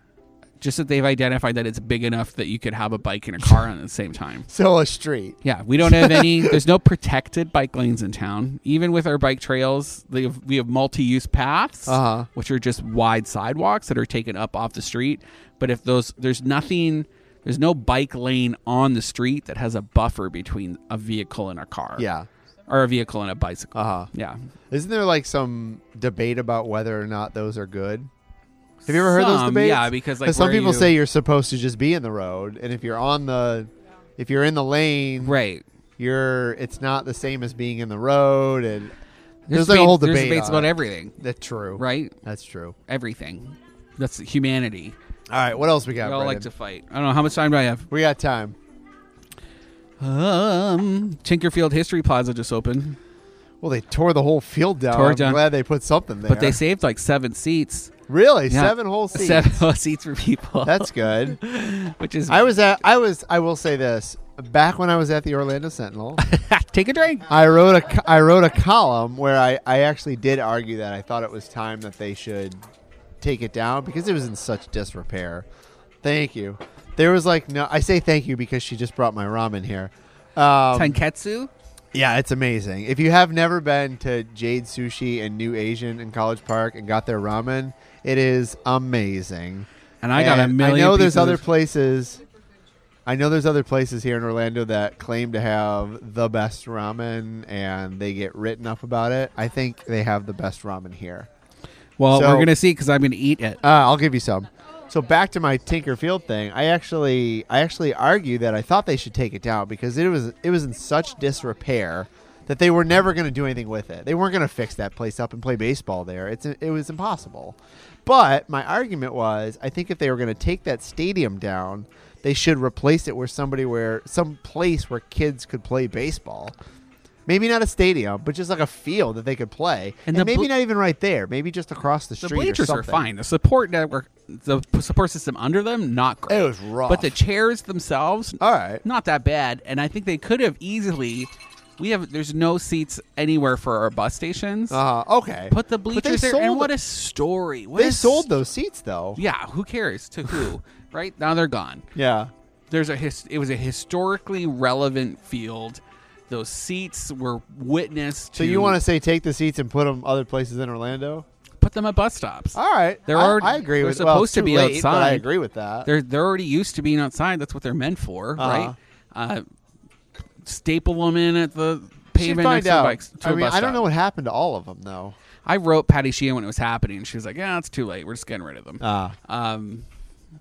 Speaker 2: just that they've identified that it's big enough that you could have a bike and a car on at the same time.
Speaker 1: So a street.
Speaker 2: Yeah, we don't have any. there's no protected bike lanes in town. Even with our bike trails, they have, we have multi-use paths,
Speaker 1: Uh-huh.
Speaker 2: which are just wide sidewalks that are taken up off the street. But if those, there's nothing. There's no bike lane on the street that has a buffer between a vehicle and a car.
Speaker 1: Yeah.
Speaker 2: or a vehicle and a bicycle.
Speaker 1: Uh-huh.
Speaker 2: Yeah.
Speaker 1: Isn't there like some debate about whether or not those are good? Have you ever heard those
Speaker 2: Some,
Speaker 1: debates?
Speaker 2: yeah, because, like,
Speaker 1: some
Speaker 2: where
Speaker 1: people
Speaker 2: you-
Speaker 1: say you're supposed to just be in the road, and if you're on the, if you're in the lane,
Speaker 2: Right.
Speaker 1: you're it's not the same as being in the road, and there's,
Speaker 2: There's,
Speaker 1: like a
Speaker 2: debate-
Speaker 1: whole
Speaker 2: there's
Speaker 1: debate
Speaker 2: debates
Speaker 1: on
Speaker 2: about
Speaker 1: it.
Speaker 2: everything,
Speaker 1: That's true,
Speaker 2: right?
Speaker 1: That's true.
Speaker 2: Everything. That's humanity.
Speaker 1: All right, what else we got?
Speaker 2: We all like
Speaker 1: Brendan?
Speaker 2: to fight. I don't know how much time do I have.
Speaker 1: we got time.
Speaker 2: Um, Tinkerfield History Plaza just opened,
Speaker 1: Well, they tore the whole field down.
Speaker 2: Tore it
Speaker 1: I'm
Speaker 2: down.
Speaker 1: glad they put something there.
Speaker 2: but they saved like seven seats,
Speaker 1: really
Speaker 2: Yeah.
Speaker 1: seven whole seats.
Speaker 2: seven whole seats for people.
Speaker 1: That's good.
Speaker 2: which is
Speaker 1: I was at. I was. I will say this. Back when I was at the Orlando Sentinel,
Speaker 2: take a drink.
Speaker 1: I wrote a co- I wrote a column where I, I actually did argue that I thought it was time that they should take it down because it was in such disrepair. Thank you. There was like no I say thank you because she just brought my ramen here. Um,
Speaker 2: Tenketsu.
Speaker 1: yeah, it's amazing. If you have never been to Jade Sushi and New Asian in College Park and got their ramen, it is amazing.
Speaker 2: And I got a
Speaker 1: And
Speaker 2: million.
Speaker 1: I know there's
Speaker 2: pieces
Speaker 1: other
Speaker 2: of-
Speaker 1: places. I know there's other places here in Orlando that claim to have the best ramen, and they get written up about it. I think they have the best ramen here.
Speaker 2: well,
Speaker 1: so-
Speaker 2: we're gonna see because I'm gonna eat it.
Speaker 1: Uh, I'll give you some. So back to my Tinkerfield thing, I actually I actually argue that I thought they should take it down because it was it was in such disrepair that they were never going to do anything with it. They weren't going to fix that place up and play baseball there. It's it was impossible. But my argument was I think if they were going to take that stadium down, they should replace it where somebody where some place where kids could play baseball. Maybe not a stadium, but just like a field that they could play, and,
Speaker 2: And the
Speaker 1: maybe
Speaker 2: bl-
Speaker 1: not even right there. Maybe just across the
Speaker 2: The
Speaker 1: street. or
Speaker 2: bleachers are
Speaker 1: something.
Speaker 2: fine. The support network, the p- support system under them, not great.
Speaker 1: It was rough.
Speaker 2: But the chairs themselves,
Speaker 1: All right.
Speaker 2: not that bad. And I think they could have easily. We have there's no seats anywhere for our bus stations.
Speaker 1: Uh, okay.
Speaker 2: Put the
Speaker 1: But
Speaker 2: bleachers
Speaker 1: they
Speaker 2: there,
Speaker 1: sold,
Speaker 2: and what a story! What
Speaker 1: they
Speaker 2: a
Speaker 1: sold those seats though.
Speaker 2: Yeah, who cares to who? right now they're gone.
Speaker 1: Yeah.
Speaker 2: There's a his, it was a historically relevant field. Those seats were witness to.
Speaker 1: So you want to say take the seats and put them other places in Orlando?
Speaker 2: to put them at bus stops?
Speaker 1: All right.
Speaker 2: They're
Speaker 1: I,
Speaker 2: already-
Speaker 1: I agree
Speaker 2: they're
Speaker 1: with. well, it's
Speaker 2: supposed to
Speaker 1: too
Speaker 2: be
Speaker 1: late, but I
Speaker 2: outside.
Speaker 1: agree with that.
Speaker 2: They're they're already used to being outside. That's what they're meant for,
Speaker 1: Uh-huh.
Speaker 2: right? Uh, staple them in at the
Speaker 1: You should
Speaker 2: pavement
Speaker 1: find
Speaker 2: next to, the
Speaker 1: out.
Speaker 2: bikes, to
Speaker 1: I
Speaker 2: a
Speaker 1: mean,
Speaker 2: bus
Speaker 1: I don't
Speaker 2: stop.
Speaker 1: know what happened to all of them though.
Speaker 2: I wrote Patty Sheehan when it was happening. She was like, "Yeah, it's too late. We're just getting rid of them."
Speaker 1: Ah.
Speaker 2: um,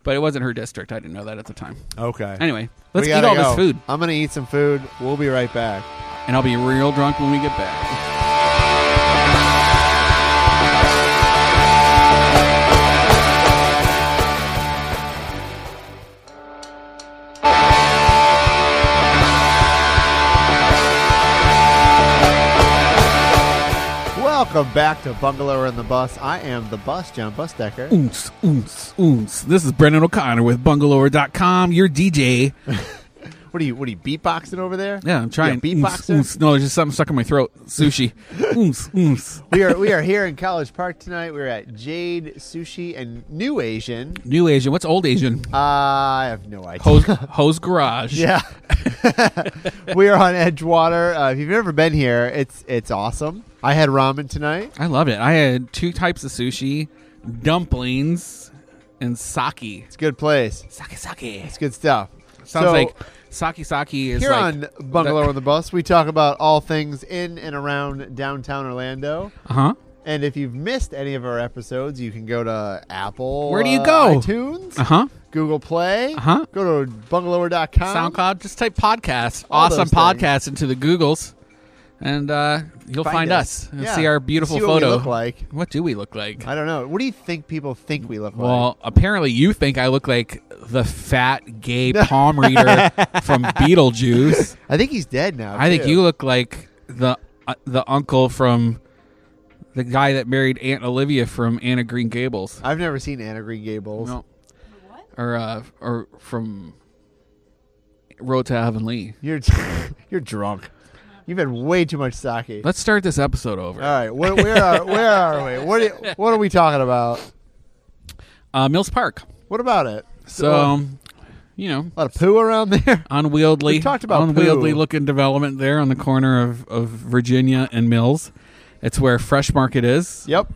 Speaker 2: but it wasn't her district. I didn't know that at the time.
Speaker 1: okay.
Speaker 2: Anyway,
Speaker 1: We
Speaker 2: let's eat
Speaker 1: gotta
Speaker 2: all
Speaker 1: go.
Speaker 2: this food,
Speaker 1: I'm gonna eat some food. We'll be right back.
Speaker 2: and I'll be real drunk when we get back.
Speaker 1: Welcome back to Bungalow and the Bus. I am the bus, John Busdecker.
Speaker 2: Oons, oons, oons. This is Brendan O'Connor with bungalower.com, your DJ.
Speaker 1: What are you? What are you beatboxing over there?
Speaker 2: Yeah, I'm trying.
Speaker 1: You a
Speaker 2: Oons,
Speaker 1: beatboxer?
Speaker 2: oons. No, there's just something stuck in my throat. Sushi. oons, oons.
Speaker 1: we are we are here in College Park tonight. We're at Jade Sushi and New Asian.
Speaker 2: New Asian. What's old Asian?
Speaker 1: Uh, I have no idea.
Speaker 2: Hose, hose Garage.
Speaker 1: Yeah, we are on Edgewater. Uh, if you've never been here, it's it's awesome. I had ramen tonight.
Speaker 2: I love it. I had two types of sushi, dumplings, and sake.
Speaker 1: It's a good place.
Speaker 2: Sake, sake.
Speaker 1: It's good stuff.
Speaker 2: Sounds
Speaker 1: So,
Speaker 2: like sake, sake is
Speaker 1: here
Speaker 2: like
Speaker 1: on Bungalow on the Bus, we talk about all things in and around downtown Orlando.
Speaker 2: Uh huh.
Speaker 1: And if you've missed any of our episodes, you can go to Apple.
Speaker 2: Where do you
Speaker 1: uh,
Speaker 2: go?
Speaker 1: iTunes,
Speaker 2: Uh huh.
Speaker 1: Google Play.
Speaker 2: Uh-huh.
Speaker 1: Go to bungalower.com.
Speaker 2: SoundCloud. Just type podcast,
Speaker 1: Um, All
Speaker 2: awesome
Speaker 1: those things.
Speaker 2: podcast into the Googles, and uh, you'll
Speaker 1: Find
Speaker 2: find,
Speaker 1: us.
Speaker 2: us and
Speaker 1: Yeah.
Speaker 2: see our beautiful
Speaker 1: See what we
Speaker 2: photo.
Speaker 1: look like.
Speaker 2: What do we look like?
Speaker 1: I don't know. What do you think people think we look like?
Speaker 2: Well, apparently you think I look like the fat gay palm reader from Beetlejuice.
Speaker 1: I think he's dead now.
Speaker 2: I think
Speaker 1: too.
Speaker 2: you look like the uh, the uncle from the guy that married Aunt Olivia from Anna Green Gables.
Speaker 1: I've never seen Anna Green Gables.
Speaker 2: No,
Speaker 3: What?
Speaker 2: or uh, or from Road to Heavenly.
Speaker 1: You're you're drunk. You've had way too much sake.
Speaker 2: Let's start this episode over.
Speaker 1: All right, where, where are where are we? What are, what are we talking about?
Speaker 2: Uh, Mills Park.
Speaker 1: What about it?
Speaker 2: So,
Speaker 1: a
Speaker 2: you know,
Speaker 1: lot of poo around there.
Speaker 2: unwieldy
Speaker 1: We talked about
Speaker 2: unwieldy
Speaker 1: poo.
Speaker 2: looking development there on the corner of, of Virginia and Mills. It's where Fresh Market is.
Speaker 1: Yep.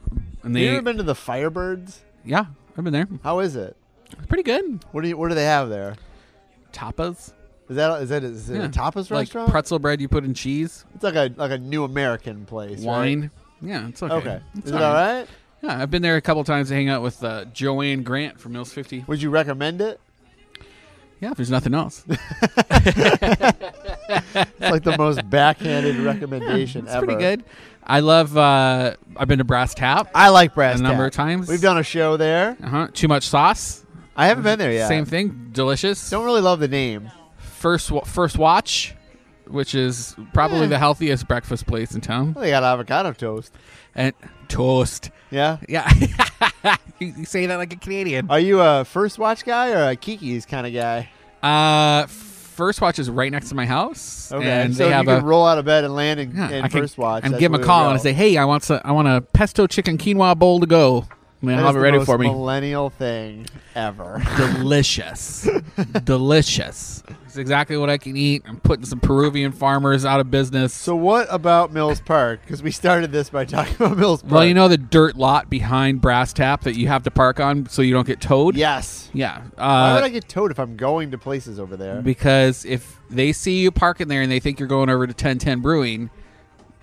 Speaker 2: And
Speaker 1: You
Speaker 2: they
Speaker 1: ever been to the Firebirds?
Speaker 2: Yeah, I've been there.
Speaker 1: How is it?
Speaker 2: It's pretty good.
Speaker 1: What do you, what do they have there?
Speaker 2: Tapas.
Speaker 1: Is that is that is it
Speaker 2: Yeah.
Speaker 1: a tapas
Speaker 2: like
Speaker 1: restaurant?
Speaker 2: pretzel bread you put in cheese,
Speaker 1: it's like a like a new American place. right?
Speaker 2: wine. Yeah, it's okay.
Speaker 1: Okay.
Speaker 2: It's
Speaker 1: is it
Speaker 2: all
Speaker 1: all
Speaker 2: right.
Speaker 1: right?
Speaker 2: Yeah, I've been there a couple times to hang out with uh, Joanne Grant from Mills 50.
Speaker 1: Would you recommend it?
Speaker 2: Yeah, if there's nothing else.
Speaker 1: It's like the most backhanded recommendation
Speaker 2: it's
Speaker 1: ever.
Speaker 2: pretty good. I love, uh, I've been to Brass Tap.
Speaker 1: I like Brass
Speaker 2: A number
Speaker 1: Tap.
Speaker 2: of times.
Speaker 1: We've done a show there.
Speaker 2: Uh-huh. Too much sauce.
Speaker 1: I haven't been there yet.
Speaker 2: Same thing. Delicious.
Speaker 1: Don't really love the name.
Speaker 2: First, wa- first watch, which is probably
Speaker 1: Eh.
Speaker 2: the healthiest breakfast place in town.
Speaker 1: Well, they got avocado toast.
Speaker 2: And toast.
Speaker 1: Yeah.
Speaker 2: Yeah. you, you say that like a Canadian.
Speaker 1: Are you a first watch guy or a Kiki's kind of guy?
Speaker 2: Uh, first watch is right next to my house.
Speaker 1: Okay,
Speaker 2: and
Speaker 1: so
Speaker 2: they
Speaker 1: if
Speaker 2: have
Speaker 1: you can
Speaker 2: a
Speaker 1: roll out of bed and land and,
Speaker 2: yeah,
Speaker 1: and
Speaker 2: I can-
Speaker 1: first watch
Speaker 2: and
Speaker 1: that's
Speaker 2: give
Speaker 1: the
Speaker 2: them a
Speaker 1: way to
Speaker 2: call
Speaker 1: go.
Speaker 2: and say, "Hey, I want some, I want a pesto chicken quinoa bowl to go." And they
Speaker 1: That
Speaker 2: have
Speaker 1: is
Speaker 2: it
Speaker 1: the
Speaker 2: ready
Speaker 1: most
Speaker 2: for me.
Speaker 1: Millennial thing ever.
Speaker 2: Delicious, delicious. It's exactly what I can eat. I'm putting some Peruvian farmers out of business.
Speaker 1: So what about Mills Park? Because we started this by talking about Mills Park.
Speaker 2: well, you know the dirt lot behind Brass Tap that you have to park on so you don't get towed.
Speaker 1: Yes.
Speaker 2: yeah.
Speaker 1: Why would
Speaker 2: Uh,
Speaker 1: I get towed if I'm going to places over there?
Speaker 2: because if they see you parking there and they think you're going over to 1010 Brewing,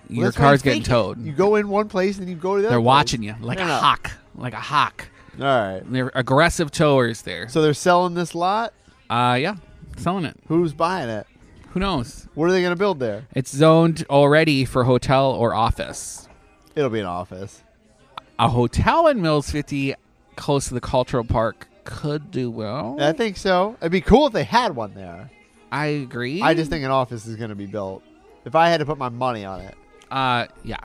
Speaker 1: Well,
Speaker 2: your
Speaker 1: that's what I'm
Speaker 2: car's getting
Speaker 1: thinking.
Speaker 2: towed.
Speaker 1: You go in one place and you go to the other.
Speaker 2: They're
Speaker 1: place.
Speaker 2: watching you like
Speaker 1: No,
Speaker 2: a
Speaker 1: no.
Speaker 2: hawk, like a hawk.
Speaker 1: All right.
Speaker 2: And They're aggressive towers there.
Speaker 1: So they're selling this lot.
Speaker 2: Uh, yeah, selling it.
Speaker 1: Who's buying it?
Speaker 2: Who knows?
Speaker 1: What are they going to build there?
Speaker 2: It's zoned already for hotel or office.
Speaker 1: It'll be an office.
Speaker 2: A hotel in Mills 50, close to the cultural park, could do well.
Speaker 1: I think so. It'd be cool if they had one there.
Speaker 2: I agree.
Speaker 1: I just think an office is going to be built. If I had to put my money on it,
Speaker 2: uh, yeah,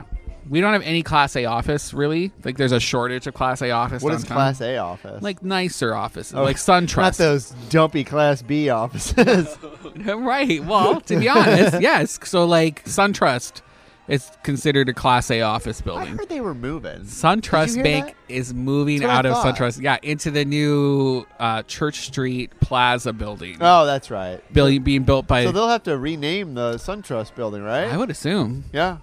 Speaker 2: we don't have any Class A office really. Like, there's a shortage of Class A office.
Speaker 1: what is
Speaker 2: downtown.
Speaker 1: Class A office?
Speaker 2: Like nicer offices,
Speaker 1: Oh,
Speaker 2: like SunTrust.
Speaker 1: not those dumpy Class B offices.
Speaker 2: right. Well, to be honest, yes. So like SunTrust is considered a class A office
Speaker 1: I
Speaker 2: building.
Speaker 1: heard they were moving. Did you
Speaker 2: SunTrust
Speaker 1: hear
Speaker 2: Bank is moving
Speaker 1: That's what I
Speaker 2: out of
Speaker 1: thought.
Speaker 2: SunTrust, yeah, into the new uh, Church Street Plaza building,
Speaker 1: Oh, that's right.
Speaker 2: building being built by.
Speaker 1: So they'll have to rename the SunTrust building,
Speaker 2: I
Speaker 1: right?
Speaker 2: would assume,
Speaker 1: Yeah.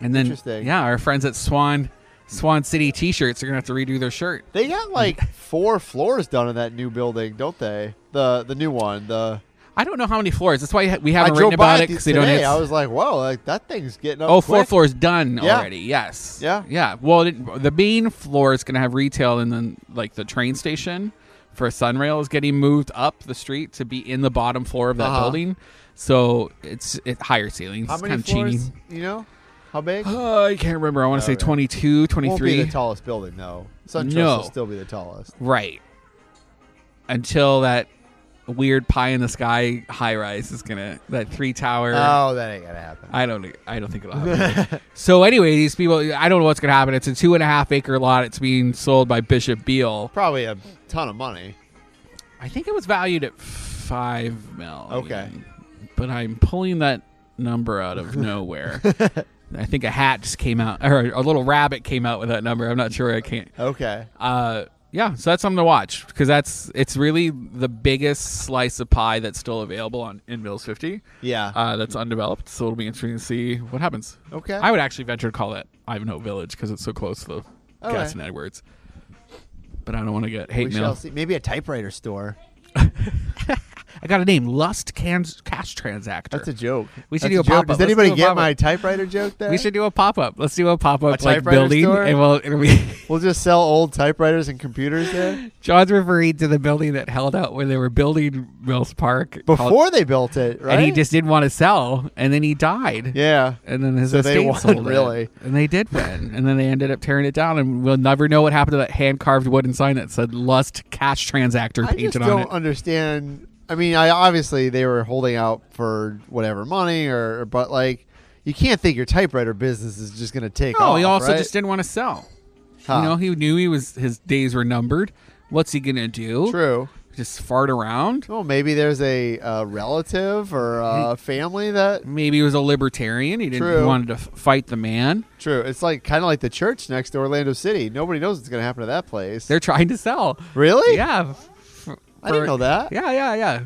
Speaker 2: and then
Speaker 1: Interesting.
Speaker 2: yeah, our friends at Swan Swan City T-shirts are gonna have to redo their shirt.
Speaker 1: They got like four floors done in that new building, don't they? The the new one. The
Speaker 2: I don't know how many floors. That's why we
Speaker 1: I
Speaker 2: haven't
Speaker 1: drove
Speaker 2: written about
Speaker 1: by
Speaker 2: it because they
Speaker 1: today.
Speaker 2: don't.
Speaker 1: I was like, whoa, like that thing's getting up.
Speaker 2: Oh,
Speaker 1: quick.
Speaker 2: four floors done
Speaker 1: Yeah.
Speaker 2: already. Yes.
Speaker 1: Yeah.
Speaker 2: Yeah. Well, it, the main floor is going to have retail, and then like the train station for Sunrail is getting moved up the street to be in the bottom floor of that
Speaker 1: Uh-huh.
Speaker 2: building. So it's it, higher ceilings.
Speaker 1: How
Speaker 2: it's
Speaker 1: many
Speaker 2: kind of
Speaker 1: floors?
Speaker 2: cheating.
Speaker 1: You know, how big?
Speaker 2: Uh, I can't remember. I want to say
Speaker 1: Okay.
Speaker 2: 22,
Speaker 1: Won't be
Speaker 2: 23.
Speaker 1: the tallest building though. SunTrust
Speaker 2: No.
Speaker 1: will still be the tallest.
Speaker 2: right. Until that weird pie in the sky high rise is gonna that three tower.
Speaker 1: Oh, that ain't gonna happen.
Speaker 2: I don't. I don't think it'll happen. so anyway, these people. I don't know what's gonna happen. It's a two and a half acre lot. It's being sold by Bishop Beal.
Speaker 1: Probably a ton of money.
Speaker 2: I think it was valued at five mil.
Speaker 1: Okay.
Speaker 2: but I'm pulling that number out of nowhere. I think a hat just came out, or a little rabbit came out with that number. I'm not sure. I can't.
Speaker 1: Okay.
Speaker 2: Uh, yeah. So that's something to watch because that's it's really the biggest slice of pie that's still available on in Mills 50.
Speaker 1: Yeah.
Speaker 2: Uh, that's undeveloped, so it'll be interesting to see what happens.
Speaker 1: okay.
Speaker 2: I would actually venture to call it Ivanhoe Village because it's so close to the
Speaker 1: Okay.
Speaker 2: Gaston Edwards. But I don't want to get
Speaker 1: we
Speaker 2: hate
Speaker 1: shall
Speaker 2: mail.
Speaker 1: see. Maybe a typewriter store.
Speaker 2: I got a name, Lust Cans, Cash Transactor.
Speaker 1: That's a joke.
Speaker 2: We should
Speaker 1: That's
Speaker 2: do a
Speaker 1: joke.
Speaker 2: pop-up.
Speaker 1: Does
Speaker 2: Let's
Speaker 1: anybody
Speaker 2: do a
Speaker 1: get
Speaker 2: pop-up.
Speaker 1: my typewriter joke there?
Speaker 2: we should do a pop up. Let's do a pop
Speaker 1: A
Speaker 2: up like
Speaker 1: typewriter
Speaker 2: building,
Speaker 1: store?
Speaker 2: and we'll it'll be
Speaker 1: We'll just sell old typewriters and computers there
Speaker 2: John's referring to the building that held out when they were building Mills Park called-
Speaker 1: before they built it, right?
Speaker 2: and he just didn't want to sell, and then he died.
Speaker 1: yeah.
Speaker 2: And then his
Speaker 1: So they
Speaker 2: estate
Speaker 1: won,
Speaker 2: sold it.
Speaker 1: really.
Speaker 2: and they did win, and then they ended up tearing it down, and we'll never know what happened to that hand carved wooden sign that said "Lust Cash Transactor"
Speaker 1: I just
Speaker 2: painted on
Speaker 1: don't
Speaker 2: it.
Speaker 1: understand. I mean, I obviously they were holding out for whatever money, or but like you can't think your typewriter business is just going to take off.
Speaker 2: No, Oh, he also
Speaker 1: right?
Speaker 2: just didn't want to sell.
Speaker 1: Huh.
Speaker 2: You know, he knew he was his days were numbered. What's he gonna do?
Speaker 1: true.
Speaker 2: Just fart around?
Speaker 1: Well, maybe there's a uh, relative or
Speaker 2: Mm-hmm.
Speaker 1: a family that
Speaker 2: Maybe he was a libertarian. He didn't
Speaker 1: True.
Speaker 2: he wanted to f- fight the man.
Speaker 1: true. It's like kind of like the church next to Orlando City. Nobody knows what's going to happen to that place.
Speaker 2: They're trying to sell.
Speaker 1: really?
Speaker 2: Yeah. f- f-
Speaker 1: I didn't
Speaker 2: for-
Speaker 1: know that.
Speaker 2: Yeah, yeah, yeah.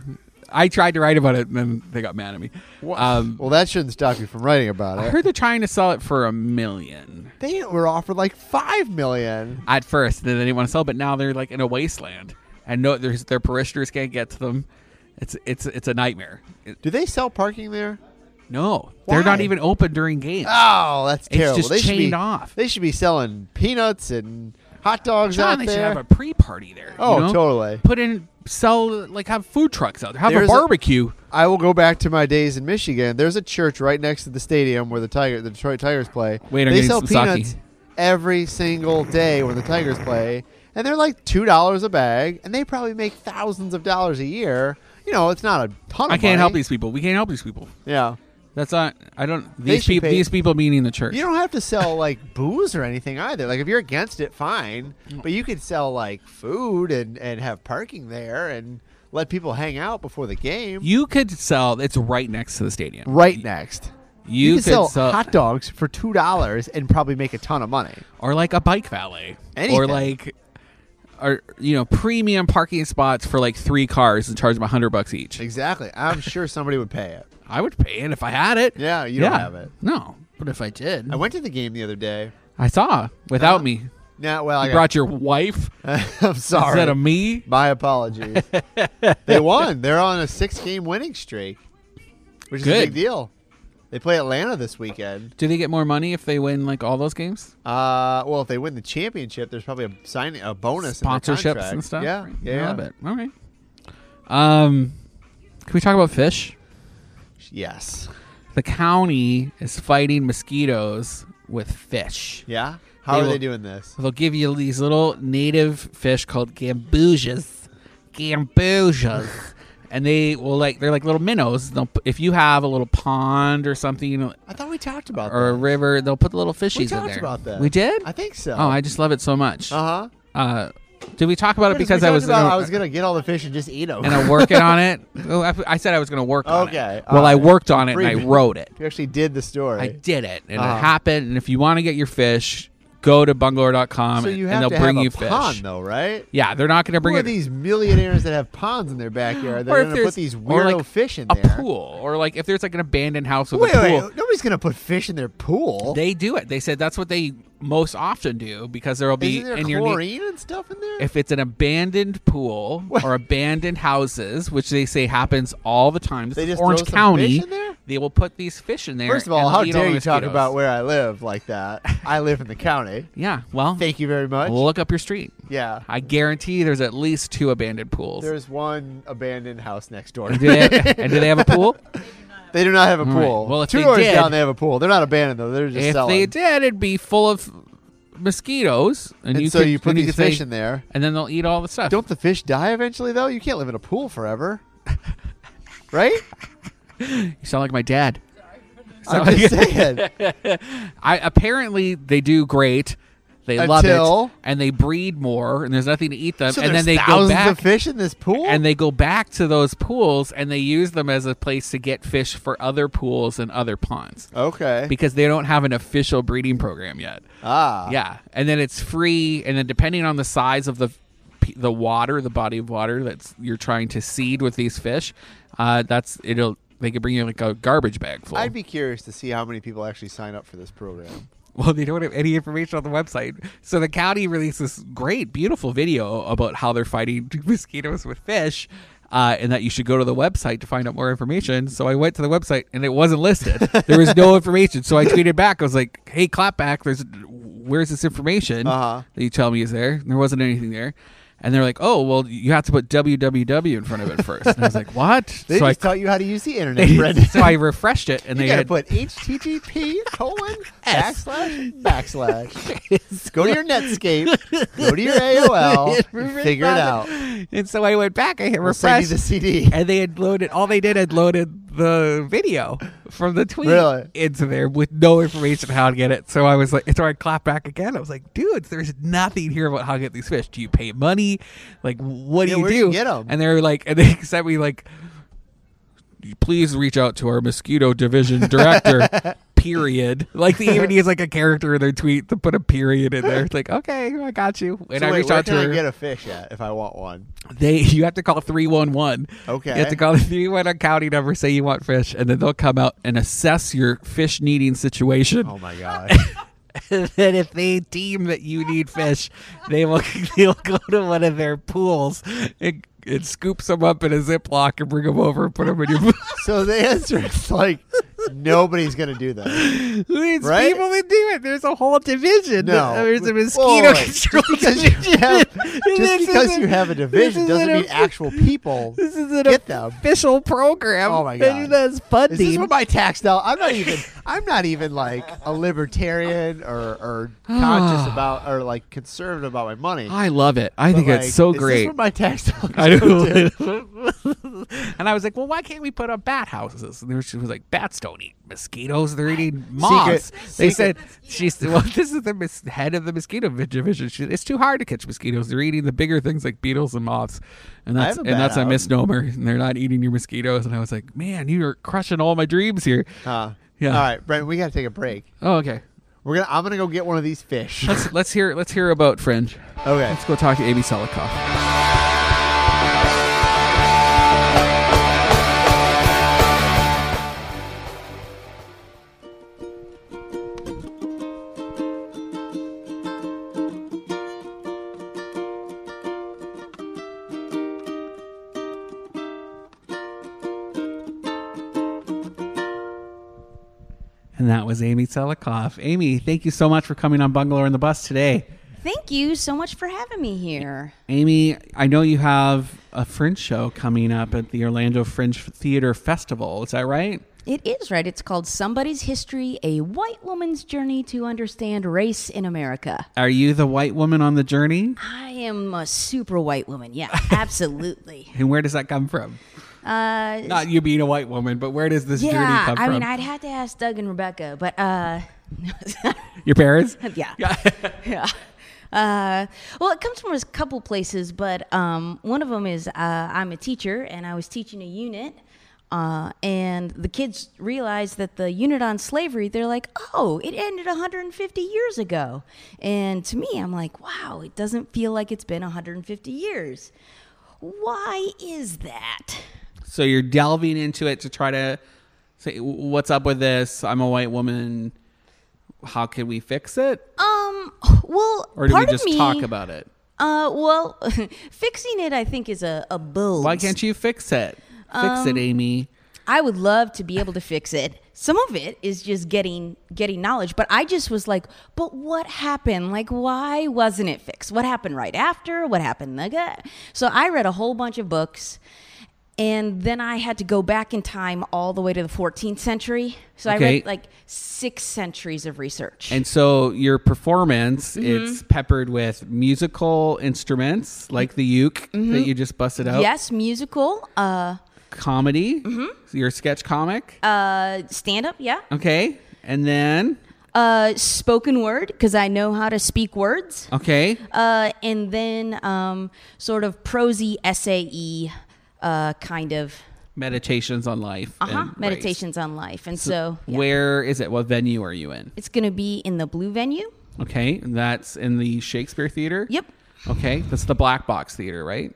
Speaker 2: I tried to write about it, and then they got mad at me. Um,
Speaker 1: Well, that shouldn't stop you from writing about
Speaker 2: I
Speaker 1: it.
Speaker 2: heard they're trying to sell it for a million
Speaker 1: They were offered like five million.
Speaker 2: at first. Then they didn't want to sell, but now they're like in a wasteland, and no, there's, their parishioners can't get to them. It's it's it's a nightmare. It-
Speaker 1: Do they sell parking there?
Speaker 2: no, they're not
Speaker 1: Why?
Speaker 2: even open during games.
Speaker 1: Oh, that's
Speaker 2: It's
Speaker 1: terrible.
Speaker 2: just
Speaker 1: they should
Speaker 2: chained
Speaker 1: be,
Speaker 2: off.
Speaker 1: They should be selling peanuts and hot dogs
Speaker 2: John,
Speaker 1: out
Speaker 2: they should
Speaker 1: there.
Speaker 2: have a pre-party there. you
Speaker 1: oh,
Speaker 2: know?
Speaker 1: totally.
Speaker 2: Put in sell like have food trucks out there. Have
Speaker 1: There's
Speaker 2: a
Speaker 1: a-
Speaker 2: barbecue.
Speaker 1: I will go back to my days in Michigan. There's a church right next to the stadium where the Tiger, the Detroit Tigers play.
Speaker 2: Wait, I'm
Speaker 1: they
Speaker 2: getting
Speaker 1: sell
Speaker 2: some sake.
Speaker 1: peanuts every single day when the Tigers play, and they're like two dollars a bag, and they probably make thousands of dollars a year. You know, it's not a ton. Of
Speaker 2: I can't help
Speaker 1: money.
Speaker 2: these people. We can't help these people.
Speaker 1: Yeah,
Speaker 2: That's not. I don't.
Speaker 1: They
Speaker 2: These
Speaker 1: should
Speaker 2: people.
Speaker 1: pay-
Speaker 2: These people meaning the church.
Speaker 1: you don't have to sell like booze or anything either. Like if you're against it, fine,
Speaker 2: Mm.
Speaker 1: but you could sell like food and and have parking there and let people hang out before the game.
Speaker 2: You could sell. It's right next to the stadium.
Speaker 1: right next.
Speaker 2: You,
Speaker 1: could
Speaker 2: could
Speaker 1: sell,
Speaker 2: sell,
Speaker 1: hot dogs for two dollars and probably make a ton of money.
Speaker 2: or like a bike valet, or
Speaker 1: Anything.
Speaker 2: like, or you know, premium parking spots for like three cars and charge them a hundred bucks each.
Speaker 1: Exactly. I'm sure somebody would pay it.
Speaker 2: I would pay it if I had it.
Speaker 1: Yeah, you don't have it.
Speaker 2: No, but if I did,
Speaker 1: I went to the game the other day.
Speaker 2: I saw without
Speaker 1: Huh?
Speaker 2: me. You
Speaker 1: Now, well, I got,
Speaker 2: brought your wife
Speaker 1: I'm sorry.
Speaker 2: instead of me.
Speaker 1: My apologies. they won. They're on a six-game winning streak, which is a
Speaker 2: Good.
Speaker 1: big deal. They play Atlanta this weekend.
Speaker 2: Do they get more money if they win like all those games?
Speaker 1: Uh, well, if they win the championship, there's probably a signing, a bonus in their
Speaker 2: Sponsorships
Speaker 1: contract.
Speaker 2: and stuff.
Speaker 1: Yeah,
Speaker 2: Right.
Speaker 1: yeah,
Speaker 2: I love it. All right. Um, can we talk about fish?
Speaker 1: yes,
Speaker 2: The county is fighting mosquitoes with fish.
Speaker 1: yeah. How
Speaker 2: They
Speaker 1: are
Speaker 2: will-
Speaker 1: they doing this?
Speaker 2: They'll give you these little native fish called gambusias, gambusias, and they will like they're like little minnows. They'll put- if you have a little pond or something
Speaker 1: I thought we talked about
Speaker 2: or a
Speaker 1: that.
Speaker 2: river, they'll put the little fishies
Speaker 1: We
Speaker 2: Er, in
Speaker 1: talked
Speaker 2: there.
Speaker 1: about that.
Speaker 2: We did.
Speaker 1: I think so.
Speaker 2: oh, I just love it so much.
Speaker 1: uh huh.
Speaker 2: Uh, did we talk about it because I was
Speaker 1: about,
Speaker 2: in a-
Speaker 1: I was gonna get all the fish and just eat them.
Speaker 2: and I'm working on it. Oh, I, I said I was going to work on
Speaker 1: Okay,
Speaker 2: it. Well, I
Speaker 1: alright.
Speaker 2: worked on it and I
Speaker 1: Brief.
Speaker 2: wrote it.
Speaker 1: you actually did the story.
Speaker 2: I did it, and
Speaker 1: Uh-huh.
Speaker 2: it happened. And if you want to get your fish, go to bungalow.com
Speaker 1: so
Speaker 2: and,
Speaker 1: you
Speaker 2: and
Speaker 1: have
Speaker 2: they'll
Speaker 1: to
Speaker 2: bring
Speaker 1: have
Speaker 2: you
Speaker 1: a
Speaker 2: fish.
Speaker 1: pond, though, right?
Speaker 2: Yeah, they're not going to bring
Speaker 1: Who are
Speaker 2: it.
Speaker 1: these millionaires that have ponds in their backyard?
Speaker 2: Or
Speaker 1: They're
Speaker 2: if
Speaker 1: gonna put
Speaker 2: there's-
Speaker 1: these
Speaker 2: or
Speaker 1: weirdo
Speaker 2: like
Speaker 1: fish in
Speaker 2: a
Speaker 1: there.
Speaker 2: pool, or like if there's like an abandoned house with
Speaker 1: Wait,
Speaker 2: a
Speaker 1: wait,
Speaker 2: pool,
Speaker 1: nobody's gonna put fish in their pool.
Speaker 2: they do it. They said that's what they most often do because there'll be
Speaker 1: Isn't there
Speaker 2: in your ne-
Speaker 1: chlorine and stuff in there?
Speaker 2: if it's an abandoned pool or abandoned houses, which they say happens all the time. This
Speaker 1: They
Speaker 2: is
Speaker 1: just
Speaker 2: Orange
Speaker 1: throw some
Speaker 2: County.
Speaker 1: fish in there?
Speaker 2: They will put these fish in there.
Speaker 1: First of all,
Speaker 2: and
Speaker 1: how
Speaker 2: eat all
Speaker 1: dare
Speaker 2: the
Speaker 1: you talk
Speaker 2: mosquitoes.
Speaker 1: about where I live like that? I live in the county.
Speaker 2: Yeah, well,
Speaker 1: Thank you very much.
Speaker 2: look up your street.
Speaker 1: Yeah,
Speaker 2: I guarantee there's at least two abandoned pools.
Speaker 1: there's one abandoned house next door.
Speaker 2: And do, they have, and do they have a pool?
Speaker 1: They do not have a
Speaker 2: right.
Speaker 1: pool.
Speaker 2: Well, if
Speaker 1: two
Speaker 2: they
Speaker 1: doors
Speaker 2: did-
Speaker 1: down, they have a pool. They're not abandoned though. They're just
Speaker 2: if
Speaker 1: selling.
Speaker 2: they did, it'd be full of mosquitoes, and,
Speaker 1: and
Speaker 2: you
Speaker 1: so
Speaker 2: could,
Speaker 1: you put
Speaker 2: and
Speaker 1: these
Speaker 2: could say-
Speaker 1: fish in there.
Speaker 2: and then they'll eat all the stuff.
Speaker 1: Don't the fish die eventually though? You can't live in a pool forever, right?
Speaker 2: you sound like my dad.
Speaker 1: I'm just saying.
Speaker 2: I apparently they do great. They love
Speaker 1: Until-
Speaker 2: it, and they breed more, and there's nothing to eat them,
Speaker 1: So
Speaker 2: and
Speaker 1: there's
Speaker 2: then they go
Speaker 1: thousands
Speaker 2: back
Speaker 1: of fish in this pool.
Speaker 2: and they go back to those pools, and they use them as a place to get fish for other pools and other ponds
Speaker 1: okay.
Speaker 2: because they don't have an official breeding program yet.
Speaker 1: ah.
Speaker 2: Yeah, and then it's free, and then depending on the size of the the water, the body of water that's you're trying to seed with these fish, uh, that's it'll they could bring you like a garbage bag full.
Speaker 1: I'd be curious to see how many people actually sign up for this program.
Speaker 2: well, they don't have any information on the website, so the county released this great, beautiful video about how they're fighting mosquitoes with fish. uh, and that you should go to the website to find out more information. So I went to the website and it wasn't listed. There was no information. So I tweeted back. I was like, "Hey, Clapback, there's where's this information
Speaker 1: Uh-huh.
Speaker 2: that you tell me is there?" And there wasn't anything there. And they're like, "Oh, well, you have to put www in front of it first. And I was like, "What?"
Speaker 1: They
Speaker 2: so I
Speaker 1: just taught you how to use the internet, Brendan.
Speaker 2: so I refreshed it, and
Speaker 1: You
Speaker 2: they
Speaker 1: gotta
Speaker 2: had
Speaker 1: put HTTP colon backslash backslash. Go to your Netscape. Go to your AOL. and figure it out.
Speaker 2: And so I went back. I hit
Speaker 1: We'll send you the
Speaker 2: refresh,
Speaker 1: CD.
Speaker 2: and they had loaded. All they did had loaded the video from the tweet
Speaker 1: Really?
Speaker 2: into there with no information how to get it. So I was like, so I clapped back again. I was like, dudes, there's nothing here about how to get these fish. Do you pay money? Like, what do
Speaker 1: Yeah,
Speaker 2: you
Speaker 1: where do
Speaker 2: do?
Speaker 1: you get 'em?
Speaker 2: And they were like, and they sent me like, please reach out to our mosquito division director. period. Like they even use like a character in their tweet to put a period in there. It's like, okay, I got you. And
Speaker 1: So
Speaker 2: I
Speaker 1: wait,
Speaker 2: reached
Speaker 1: where
Speaker 2: out to
Speaker 1: can
Speaker 2: her.
Speaker 1: I get a fish at if I want one?
Speaker 2: They you have to call three one one.
Speaker 1: Okay.
Speaker 2: You have to call the three one one county number, say you want fish, and then they'll come out and assess your fish needing situation.
Speaker 1: Oh my god.
Speaker 2: and then if they deem that you need fish, they will they'll go to one of their pools and, and scoop some up in a ziploc and bring them over and put them in your pool.
Speaker 1: so the answer is like nobody's gonna do that.
Speaker 2: There's
Speaker 1: Right?
Speaker 2: people that do it. There's a whole division.
Speaker 1: No.
Speaker 2: There's a
Speaker 1: Whoa,
Speaker 2: mosquito
Speaker 1: wait.
Speaker 2: control
Speaker 1: Because you
Speaker 2: division.
Speaker 1: have,
Speaker 2: This
Speaker 1: just because
Speaker 2: isn't-
Speaker 1: you have a division
Speaker 2: this
Speaker 1: doesn't
Speaker 2: isn't
Speaker 1: mean
Speaker 2: a-
Speaker 1: actual people
Speaker 2: This is an
Speaker 1: get them.
Speaker 2: official program.
Speaker 1: Oh my
Speaker 2: that
Speaker 1: God.
Speaker 2: does funding.
Speaker 1: Is this what my tax dollars? I'm not even. I'm not even like a libertarian or, or conscious about or like conservative about my money.
Speaker 2: I love it. I
Speaker 1: But,
Speaker 2: think
Speaker 1: like,
Speaker 2: it's so
Speaker 1: is this
Speaker 2: great.
Speaker 1: what my tax dollars
Speaker 2: I
Speaker 1: go to?
Speaker 2: know. and I was like, well, why can't we put up bat houses? And there she was like, bats don't eat mosquitoes; they're eating moths. they
Speaker 1: secret-
Speaker 2: said she's well. This is the mis- head of the mosquito vi- division. She, it's too hard to catch mosquitoes. They're eating the bigger things like beetles and moths, and that's
Speaker 1: have a
Speaker 2: and
Speaker 1: bat
Speaker 2: that's a
Speaker 1: house.
Speaker 2: misnomer. And they're not eating your mosquitoes. And I was like, man, you are crushing all my dreams here.
Speaker 1: Huh.
Speaker 2: Yeah.
Speaker 1: All right, Brent. We gotta take a break.
Speaker 2: Oh, okay.
Speaker 1: We're gonna. I'm gonna go get one of these fish.
Speaker 2: Let's let's hear let's hear about Fringe.
Speaker 1: Okay.
Speaker 2: Let's go talk to Amy Selikoff. And that was Amy Selikoff. Amy, thank you so much for coming on Bungalow and the Bus today.
Speaker 3: Thank you so much for having me here.
Speaker 2: Amy, I know you have a fringe show coming up at the Orlando Fringe Theater Festival. Is that right?
Speaker 3: It is right. It's called Somebody's History A White Woman's Journey to Understand Race in America.
Speaker 2: Are you the white woman on the journey?
Speaker 3: I am a super white woman. Yeah, absolutely.
Speaker 2: And where does that come from?
Speaker 3: Uh,
Speaker 2: Not you being a white woman, but where does this journey
Speaker 3: yeah,
Speaker 2: come
Speaker 3: I
Speaker 2: from?
Speaker 3: mean, I'd have to ask Doug and Rebecca, but uh,
Speaker 2: Your parents?
Speaker 3: yeah. yeah. Uh, well, it comes from a couple places, but um, one of them is uh, I'm a teacher and I was teaching a unit. Uh, and the kids realized that the unit on slavery, they're like, oh, it ended 150 years ago. And to me, I'm like, wow, it doesn't feel like it's been 150 years. Why is that?
Speaker 2: so you're delving into it to try to say, what's up with this? I'm a white woman. How can we fix it?
Speaker 3: Um, well,
Speaker 2: Or do
Speaker 3: part
Speaker 2: we just
Speaker 3: of me,
Speaker 2: talk about it?
Speaker 3: Uh, well, fixing it, I think, is a, a bull.
Speaker 2: Why can't you fix it? fix
Speaker 3: Um,
Speaker 2: it, Amy.
Speaker 3: I would love to be able to fix it. Some of it is just getting getting knowledge, but I just was like, but what happened? Like why wasn't it fixed? What happened right after? What happened the So I read a whole bunch of books and then I had to go back in time all the way to the 14th century. So I
Speaker 2: Okay.
Speaker 3: read like 6 centuries of research.
Speaker 2: And so your performance,
Speaker 3: Mm-hmm.
Speaker 2: it's peppered with musical instruments like the uke
Speaker 3: Mm-hmm.
Speaker 2: that you just busted out.
Speaker 3: yes, musical, uh
Speaker 2: Comedy.
Speaker 3: Mm-hmm.
Speaker 2: Your sketch comic.
Speaker 3: uh stand up, yeah.
Speaker 2: okay. And then,
Speaker 3: Uh spoken word because I know how to speak words.
Speaker 2: okay.
Speaker 3: uh, and then um, sort of prosy SAE uh, kind of
Speaker 2: Meditations on life.
Speaker 3: uh-huh,
Speaker 2: and race.
Speaker 3: meditations on life. And so, yeah.
Speaker 2: Where is it? What venue are you in?
Speaker 3: it's going to be in the blue venue.
Speaker 2: Okay. and That's in the Shakespeare Theater.
Speaker 3: Yep,
Speaker 2: Okay. That's the Black Box Theater, right?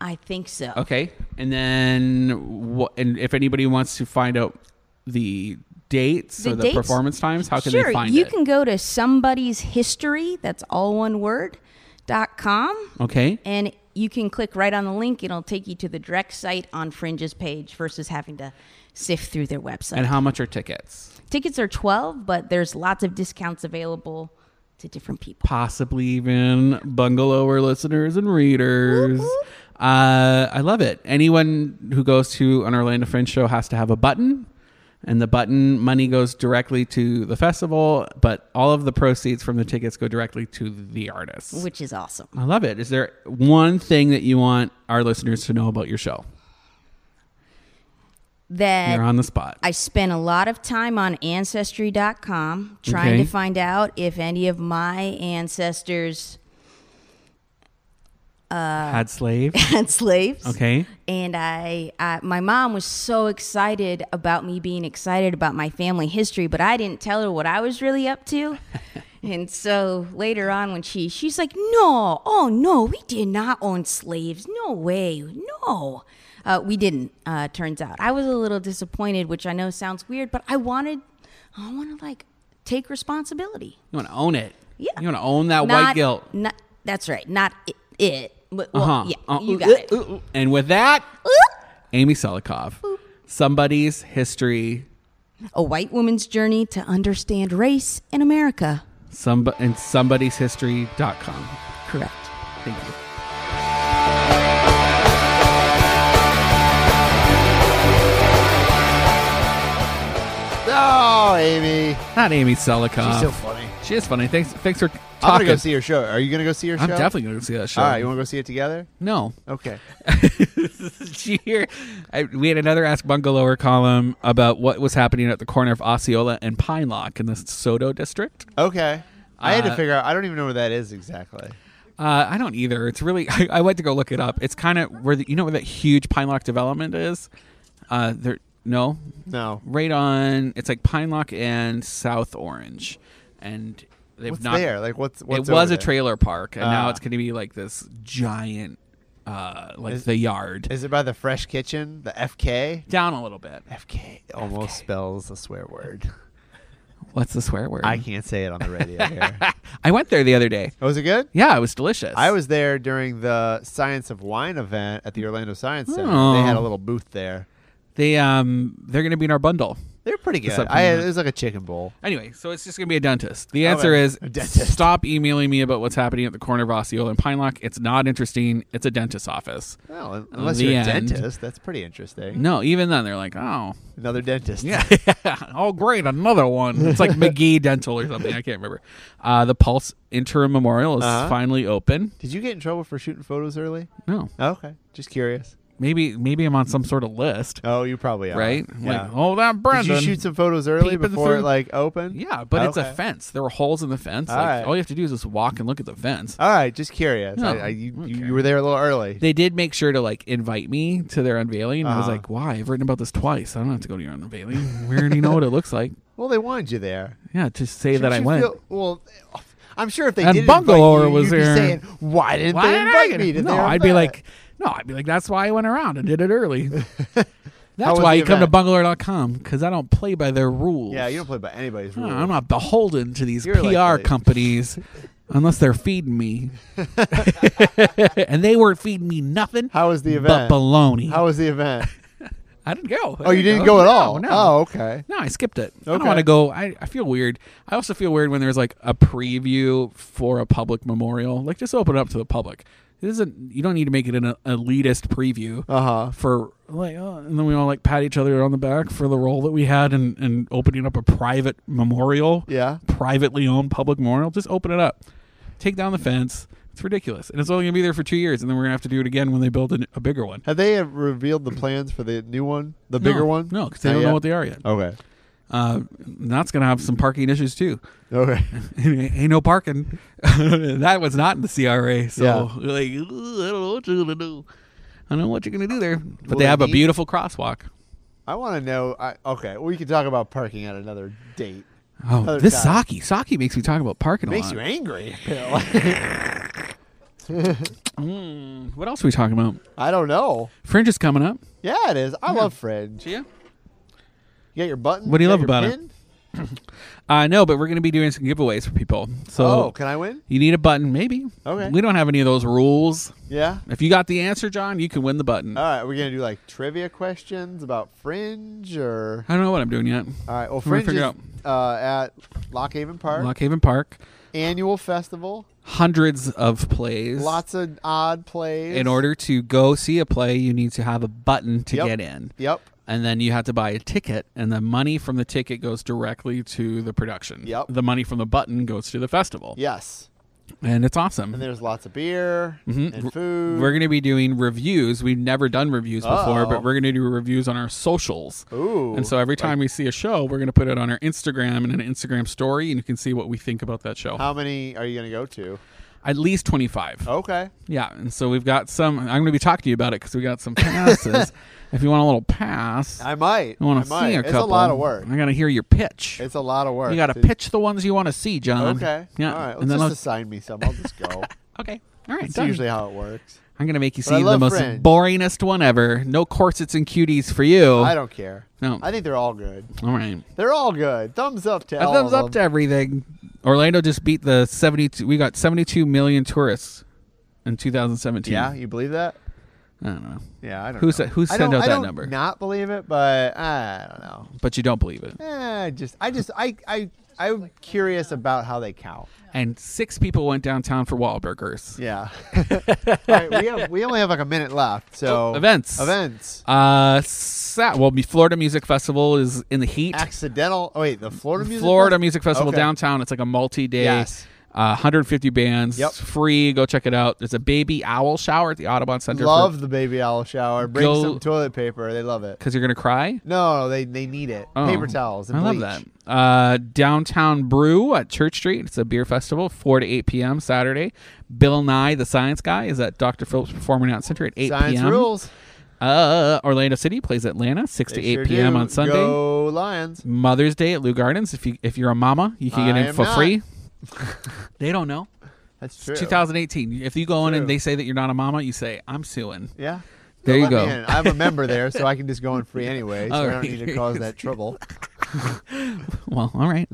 Speaker 3: I think so.
Speaker 2: Okay. And then, wha- and if anybody wants to find out the dates
Speaker 3: The
Speaker 2: or the
Speaker 3: dates?
Speaker 2: performance times, how can
Speaker 3: sure,
Speaker 2: they find
Speaker 3: you
Speaker 2: it?
Speaker 3: can go to somebody's history. That's all one word. dot com,
Speaker 2: Okay.
Speaker 3: and you can click right on the link. It'll take you to the direct site on Fringe's page versus having to sift through their website.
Speaker 2: And how much are tickets?
Speaker 3: Tickets are 12, but there's lots of discounts available to different people.
Speaker 2: Possibly even bungalower listeners and readers. Uh, I love it. Anyone who goes to an Orlando Fringe show has to have a button, and the button money goes directly to the festival, but all of the proceeds from the tickets go directly to the artists.
Speaker 3: Which is awesome.
Speaker 2: I love it. Is there one thing that you want our listeners to know about your show?
Speaker 3: That
Speaker 2: You're on the spot.
Speaker 3: I spent a lot of time on ancestry.com trying
Speaker 2: Okay.
Speaker 3: to find out if any of my ancestors Uh,
Speaker 2: Had slave.
Speaker 3: had slaves.
Speaker 2: Okay.
Speaker 3: And I, I, my mom was so excited about me being excited about my family history, but I didn't tell her what I was really up to. and so later on, when she, she's like, "No, oh no, we did not own slaves. No way, no, uh, we didn't." Uh, turns out, I was a little disappointed, which I know sounds weird, but I wanted, I want to like take responsibility.
Speaker 2: You want to own it.
Speaker 3: Yeah.
Speaker 2: You want to own that white
Speaker 3: Not-
Speaker 2: guilt.
Speaker 3: Not that's right. Not it. it but, well,
Speaker 2: Uh-huh.
Speaker 3: yeah,
Speaker 2: Uh,
Speaker 3: you
Speaker 2: ooh,
Speaker 3: got
Speaker 2: ooh,
Speaker 3: it.
Speaker 2: ooh, ooh. And with that,
Speaker 3: Ooh.
Speaker 2: Amy Selikoff. Somebody's history.
Speaker 3: A white woman's journey to understand race in America.
Speaker 2: Some and somebody's history.com.
Speaker 3: Correct.
Speaker 2: Thank you.
Speaker 1: Oh, Amy.
Speaker 2: Not Amy Selikoff.
Speaker 1: She's so funny.
Speaker 2: She is funny. Thanks thanks for talking.
Speaker 1: I'm going to go see her show. Are you going to go see her show?
Speaker 2: I'm definitely going to see that show.
Speaker 1: All right, you want to go see it together?
Speaker 2: no.
Speaker 1: Okay.
Speaker 2: Did you hear? I, we had another Ask Bungalower column about what was happening at the corner of Osceola and Pine Lock in the Soto district.
Speaker 1: Okay. I had
Speaker 2: Uh,
Speaker 1: to figure out. I don't even know where that is exactly.
Speaker 2: Uh, I don't either. It's really. I, I went to go look it up. It's kind of where the, you know where that huge Pine Lock development is. Uh, there. No,
Speaker 1: No.
Speaker 2: right on. It's like Pine Lock and South Orange, and they've
Speaker 1: What's
Speaker 2: not.
Speaker 1: there? Like what's what's
Speaker 2: it was
Speaker 1: over
Speaker 2: a
Speaker 1: there?
Speaker 2: trailer park, and now
Speaker 1: Ah.
Speaker 2: it's going to be like this giant, uh, like
Speaker 1: Is-
Speaker 2: the yard
Speaker 1: Is it by the Fresh Kitchen? The FK?
Speaker 2: down a little bit.
Speaker 1: FK almost spells a swear word.
Speaker 2: What's the swear word?
Speaker 1: I can't say it on the radio here.
Speaker 2: I went there the other day.
Speaker 1: Oh, was it good?
Speaker 2: Yeah, it was delicious.
Speaker 1: I was there during the Science of Wine event at the Orlando Science Center.
Speaker 2: Hmm. Oh.
Speaker 1: They had a little booth there.
Speaker 2: They um they're gonna be in our bundle.
Speaker 1: They're pretty good.
Speaker 2: something
Speaker 1: I had,
Speaker 2: that-
Speaker 1: it was like a chicken bowl.
Speaker 2: Anyway, so it's just gonna be a dentist. The answer
Speaker 1: Okay.
Speaker 2: is
Speaker 1: A dentist.
Speaker 2: stop emailing me about what's happening at the corner of Osceola and Pine Lock. It's not interesting. It's a dentist's office.
Speaker 1: Well, un- unless
Speaker 2: The
Speaker 1: you're a
Speaker 2: end.
Speaker 1: dentist, that's pretty interesting.
Speaker 2: No, even then they're like, oh
Speaker 1: Another dentist.
Speaker 2: yeah, oh great, another one. It's like McGee Dental or something. I can't remember. Uh, the Pulse Interim Memorial is
Speaker 1: Uh-huh.
Speaker 2: finally open.
Speaker 1: Did you get in trouble for shooting photos early?
Speaker 2: No,
Speaker 1: Oh, okay, just curious.
Speaker 2: maybe maybe I'm on some sort of list,
Speaker 1: Oh, you probably are.
Speaker 2: right?
Speaker 1: Yeah.
Speaker 2: Like, oh that
Speaker 1: Did
Speaker 2: Brendan.
Speaker 1: you shoot some photos early
Speaker 2: peeping
Speaker 1: before
Speaker 2: through-
Speaker 1: it like opened?
Speaker 2: yeah, but it's a
Speaker 1: Okay.
Speaker 2: fence. There were holes in the fence.
Speaker 1: All
Speaker 2: like,
Speaker 1: right.
Speaker 2: All you have to do is just walk and look at the fence.
Speaker 1: All right, just curious.
Speaker 2: No,
Speaker 1: I, I, you,
Speaker 2: I don't
Speaker 1: you,
Speaker 2: care.
Speaker 1: you were there a little early.
Speaker 2: they did make sure to like invite me to their unveiling. I was
Speaker 1: Uh-huh.
Speaker 2: like, why? I've written about this twice. I don't have to go to your unveiling. We already know what it looks like.
Speaker 1: well, they wanted you there.
Speaker 2: Yeah, to say
Speaker 1: Shouldn't
Speaker 2: that I
Speaker 1: you
Speaker 2: went.
Speaker 1: feel- well, eh, I'm sure if they
Speaker 2: And
Speaker 1: didn't invite
Speaker 2: Bungalower
Speaker 1: you,
Speaker 2: was
Speaker 1: you'd be
Speaker 2: there.
Speaker 1: saying, "Why didn't
Speaker 2: why
Speaker 1: they
Speaker 2: did I
Speaker 1: invite
Speaker 2: get
Speaker 1: me?"
Speaker 2: it?
Speaker 1: To
Speaker 2: No,
Speaker 1: their
Speaker 2: I'd be
Speaker 1: event?"
Speaker 2: like, no, I'd be like, that's why I went around and did it early.
Speaker 1: How
Speaker 2: That's
Speaker 1: was
Speaker 2: why
Speaker 1: the
Speaker 2: you come to
Speaker 1: event?
Speaker 2: bungalow.com because I don't play by their rules.
Speaker 1: "Yeah, you don't play by anybody's
Speaker 2: No,
Speaker 1: rules."
Speaker 2: I'm not beholden to these
Speaker 1: You're like
Speaker 2: PR
Speaker 1: the-
Speaker 2: companies unless they're feeding me. and they weren't feeding me nothing
Speaker 1: How was the
Speaker 2: but
Speaker 1: event?
Speaker 2: baloney.
Speaker 1: How was the event?
Speaker 2: I didn't go. I
Speaker 1: Oh, you didn't go at all.
Speaker 2: No, no.
Speaker 1: Oh, okay.
Speaker 2: No, I skipped it. I don't
Speaker 1: Okay.
Speaker 2: want to go. I, I feel weird. I also feel weird when there's like a preview for a public memorial. Like, just open it up to the public. It isn't. You don't need to make it an e, elitist preview
Speaker 1: Uh huh.
Speaker 2: for like. Uh, and then we all like pat each other on the back for the role that we had in, in opening up a private memorial,
Speaker 1: Yeah.
Speaker 2: privately owned public memorial. Just open it up. Take down the fence. It's ridiculous, and it's only gonna be there for two years, and then we're gonna have to do it again when they build a, a bigger one.
Speaker 1: Have they uh, revealed the plans for the new one, the bigger
Speaker 2: No,
Speaker 1: one? Oh.
Speaker 2: No, because they don't know what they are yet.
Speaker 1: Okay.
Speaker 2: Uh, and that's gonna have some parking issues too.
Speaker 1: Okay.
Speaker 2: ain't no parking. that was not in the CRA. So
Speaker 1: Yeah.
Speaker 2: like, "Ooh, I don't know what you're gonna do. I don't know what you're gonna do there. But
Speaker 1: Will
Speaker 2: they
Speaker 1: they
Speaker 2: have a
Speaker 1: meet?
Speaker 2: beautiful crosswalk.
Speaker 1: I want to know. I, okay, we can talk about parking at another date.
Speaker 2: Oh,
Speaker 1: Other
Speaker 2: this
Speaker 1: side.
Speaker 2: sake, sake makes me talk about parking a
Speaker 1: Makes
Speaker 2: lot.
Speaker 1: you angry.
Speaker 2: Mm, what else are we talking about?
Speaker 1: I don't know.
Speaker 2: Fringe is coming up.
Speaker 1: Yeah, it is. I love Fringe.
Speaker 2: Yeah.
Speaker 1: You got your button.
Speaker 2: What do you love
Speaker 1: got your
Speaker 2: about it?
Speaker 1: pin?
Speaker 2: Uh, no, but we're going to be doing some giveaways for people. So
Speaker 1: oh, can I win?
Speaker 2: you need a button, maybe.
Speaker 1: Okay.
Speaker 2: We don't have any of those rules.
Speaker 1: Yeah.
Speaker 2: If you got the answer, John, you can win the button.
Speaker 1: All right, we're gonna do like trivia questions about Fringe or
Speaker 2: I don't know what I'm doing yet.
Speaker 1: all right. Well,
Speaker 2: We're gonna
Speaker 1: Fringe
Speaker 2: figure
Speaker 1: is
Speaker 2: it
Speaker 1: uh, at Lockhaven Park
Speaker 2: Lockhaven Park,
Speaker 1: annual festival.
Speaker 2: hundreds of plays.
Speaker 1: Lots of odd plays.
Speaker 2: In order to go see a play, you need to have a button to
Speaker 1: Yep.
Speaker 2: get in.
Speaker 1: Yep.
Speaker 2: And then you have to buy a ticket, and the money from the ticket goes directly to the production.
Speaker 1: Yep.
Speaker 2: The money from the button goes to the festival.
Speaker 1: Yes.
Speaker 2: And it's awesome.
Speaker 1: And there's lots of beer
Speaker 2: Mhm.
Speaker 1: and food.
Speaker 2: We're going to be doing reviews. We've never done reviews before,
Speaker 1: Uh-oh.
Speaker 2: but we're going to do reviews on our socials.
Speaker 1: Oh. Ooh.
Speaker 2: And so every time we see a show, we're going to put it on our Instagram and an Instagram story, and you can see what we think about that show.
Speaker 1: how Oh. many are you gonna go to?
Speaker 2: At least 25.
Speaker 1: Okay.
Speaker 2: Yeah. And so we've got some. I'm going to be talking to you about it because we got some passes. if you want a little pass, I,
Speaker 1: I might.
Speaker 2: want
Speaker 1: I
Speaker 2: to
Speaker 1: might.
Speaker 2: see a
Speaker 1: it's
Speaker 2: couple.
Speaker 1: a lot of work.
Speaker 2: I got to hear your pitch.
Speaker 1: It's a lot of work.
Speaker 2: you got
Speaker 1: to-
Speaker 2: to pitch the ones you want to see, John.
Speaker 1: Okay.
Speaker 2: Yeah.
Speaker 1: All right. Let's
Speaker 2: and then
Speaker 1: just
Speaker 2: I'll-
Speaker 1: assign me some. I'll just go.
Speaker 2: okay. All right.
Speaker 1: That's
Speaker 2: done.
Speaker 1: usually how it works.
Speaker 2: I'm going to make you
Speaker 1: But I
Speaker 2: see the
Speaker 1: love
Speaker 2: most
Speaker 1: Fringe.
Speaker 2: boringest one ever. No corsets and cuties for you.
Speaker 1: I don't care.
Speaker 2: Oh. No.
Speaker 1: I think they're all good.
Speaker 2: All right.
Speaker 1: They're all good. Thumbs up to
Speaker 2: A
Speaker 1: all
Speaker 2: thumbs
Speaker 1: of
Speaker 2: up to
Speaker 1: them.
Speaker 2: everything. Orlando just beat the 72. We got 72 million tourists in 2017.
Speaker 1: Yeah, you believe that?
Speaker 2: I don't know.
Speaker 1: Yeah, I don't.
Speaker 2: Who
Speaker 1: know.
Speaker 2: said- who
Speaker 1: I
Speaker 2: sent
Speaker 1: don't-
Speaker 2: out
Speaker 1: I
Speaker 2: that
Speaker 1: don't
Speaker 2: number?
Speaker 1: Not believe it, but I don't know.
Speaker 2: But you don't believe it.
Speaker 1: Eh, I just, I just, I, I, I'm curious about how they count.
Speaker 2: And six people went downtown for Wahlburgers.
Speaker 1: Yeah. all right, we have, we only have like a minute left, so
Speaker 2: Oh, events.
Speaker 1: events.
Speaker 2: Uh, sa- well, the Florida Music Festival is in the heat.
Speaker 1: Accidental. Oh wait, the Florida music.
Speaker 2: Florida
Speaker 1: Fest-
Speaker 2: Music Festival
Speaker 1: Okay.
Speaker 2: downtown. It's like a multi-day,
Speaker 1: Yes.
Speaker 2: uh, 150 bands.
Speaker 1: Yep.
Speaker 2: It's free. Go check it out. There's a baby owl shower at the Audubon Center.
Speaker 1: Love the baby owl shower. Bring
Speaker 2: Go-
Speaker 1: some toilet paper. They love it.
Speaker 2: because you're gonna cry.
Speaker 1: No, they they need it.
Speaker 2: Oh,
Speaker 1: Paper towels. And
Speaker 2: I love
Speaker 1: bleach.
Speaker 2: that. Uh, downtown Brew at Church Street. It's a beer festival, four to eight p.m. Saturday. Bill Nye, the Science Guy, is at Dr. Phillips Performing Arts Center at eight
Speaker 1: Science
Speaker 2: p.m.
Speaker 1: rules.
Speaker 2: Uh, Orlando City plays Atlanta six to
Speaker 1: They
Speaker 2: eight
Speaker 1: sure
Speaker 2: p.m.
Speaker 1: do.
Speaker 2: on Sunday.
Speaker 1: Go Lions.
Speaker 2: Mother's Day at Lou Gardens. If you if you're a mama, you can get
Speaker 1: I
Speaker 2: in
Speaker 1: am
Speaker 2: for
Speaker 1: not.
Speaker 2: free. they don't know.
Speaker 1: That's true.
Speaker 2: 2018. If you go in
Speaker 1: True.
Speaker 2: and they say that you're not a mama, you say I'm suing.
Speaker 1: Yeah.
Speaker 2: There
Speaker 1: They'll
Speaker 2: you
Speaker 1: let me
Speaker 2: go.
Speaker 1: in. I'm a member there, so I can just go in free anyway. So
Speaker 2: All
Speaker 1: I don't
Speaker 2: right.
Speaker 1: need to cause that trouble.
Speaker 2: Well, all right.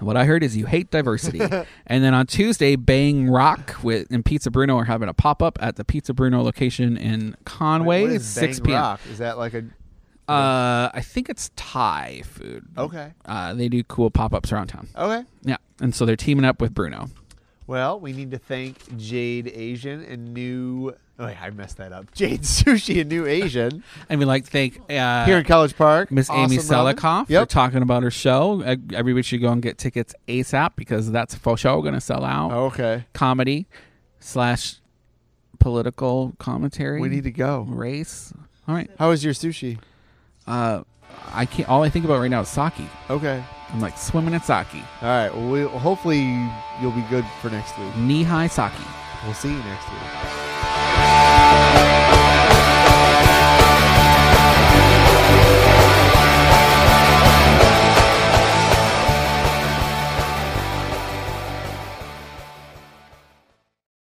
Speaker 2: What I heard is you hate diversity. and then on Tuesday, Bang Rock with and Pizza Bruno are having a pop up at the Pizza Bruno location in Conway,
Speaker 1: What is
Speaker 2: six
Speaker 1: Bang
Speaker 2: p.m.
Speaker 1: Rock? Is that like a
Speaker 2: Uh, I think it's Thai food.
Speaker 1: okay?
Speaker 2: Uh, they do cool pop ups around town.
Speaker 1: Okay.
Speaker 2: Yeah, and so they're teaming up with Bruno.
Speaker 1: Well, we need to thank Jade Asian and New. Oh, wait, I messed that up. Jade Sushi and New Asian
Speaker 2: And we'd like to thank uh,
Speaker 1: here in College Park.
Speaker 2: Miss Amy
Speaker 1: Awesome Ramen.
Speaker 2: Selikoff for
Speaker 1: Yep.
Speaker 2: talking about her show. Uh, Everybody should go and get tickets ASAP because that's for sure going to sell out.
Speaker 1: okay.
Speaker 2: Comedy slash political commentary.
Speaker 1: We need to go.
Speaker 2: race. All right.
Speaker 1: How was your sushi?
Speaker 2: Uh, I can't. All I think about right now is sake.
Speaker 1: Okay.
Speaker 2: I'm like swimming in sake,
Speaker 1: All right. Well, we, hopefully you'll be good for next week.
Speaker 2: knee high sake.
Speaker 1: We'll see you next week.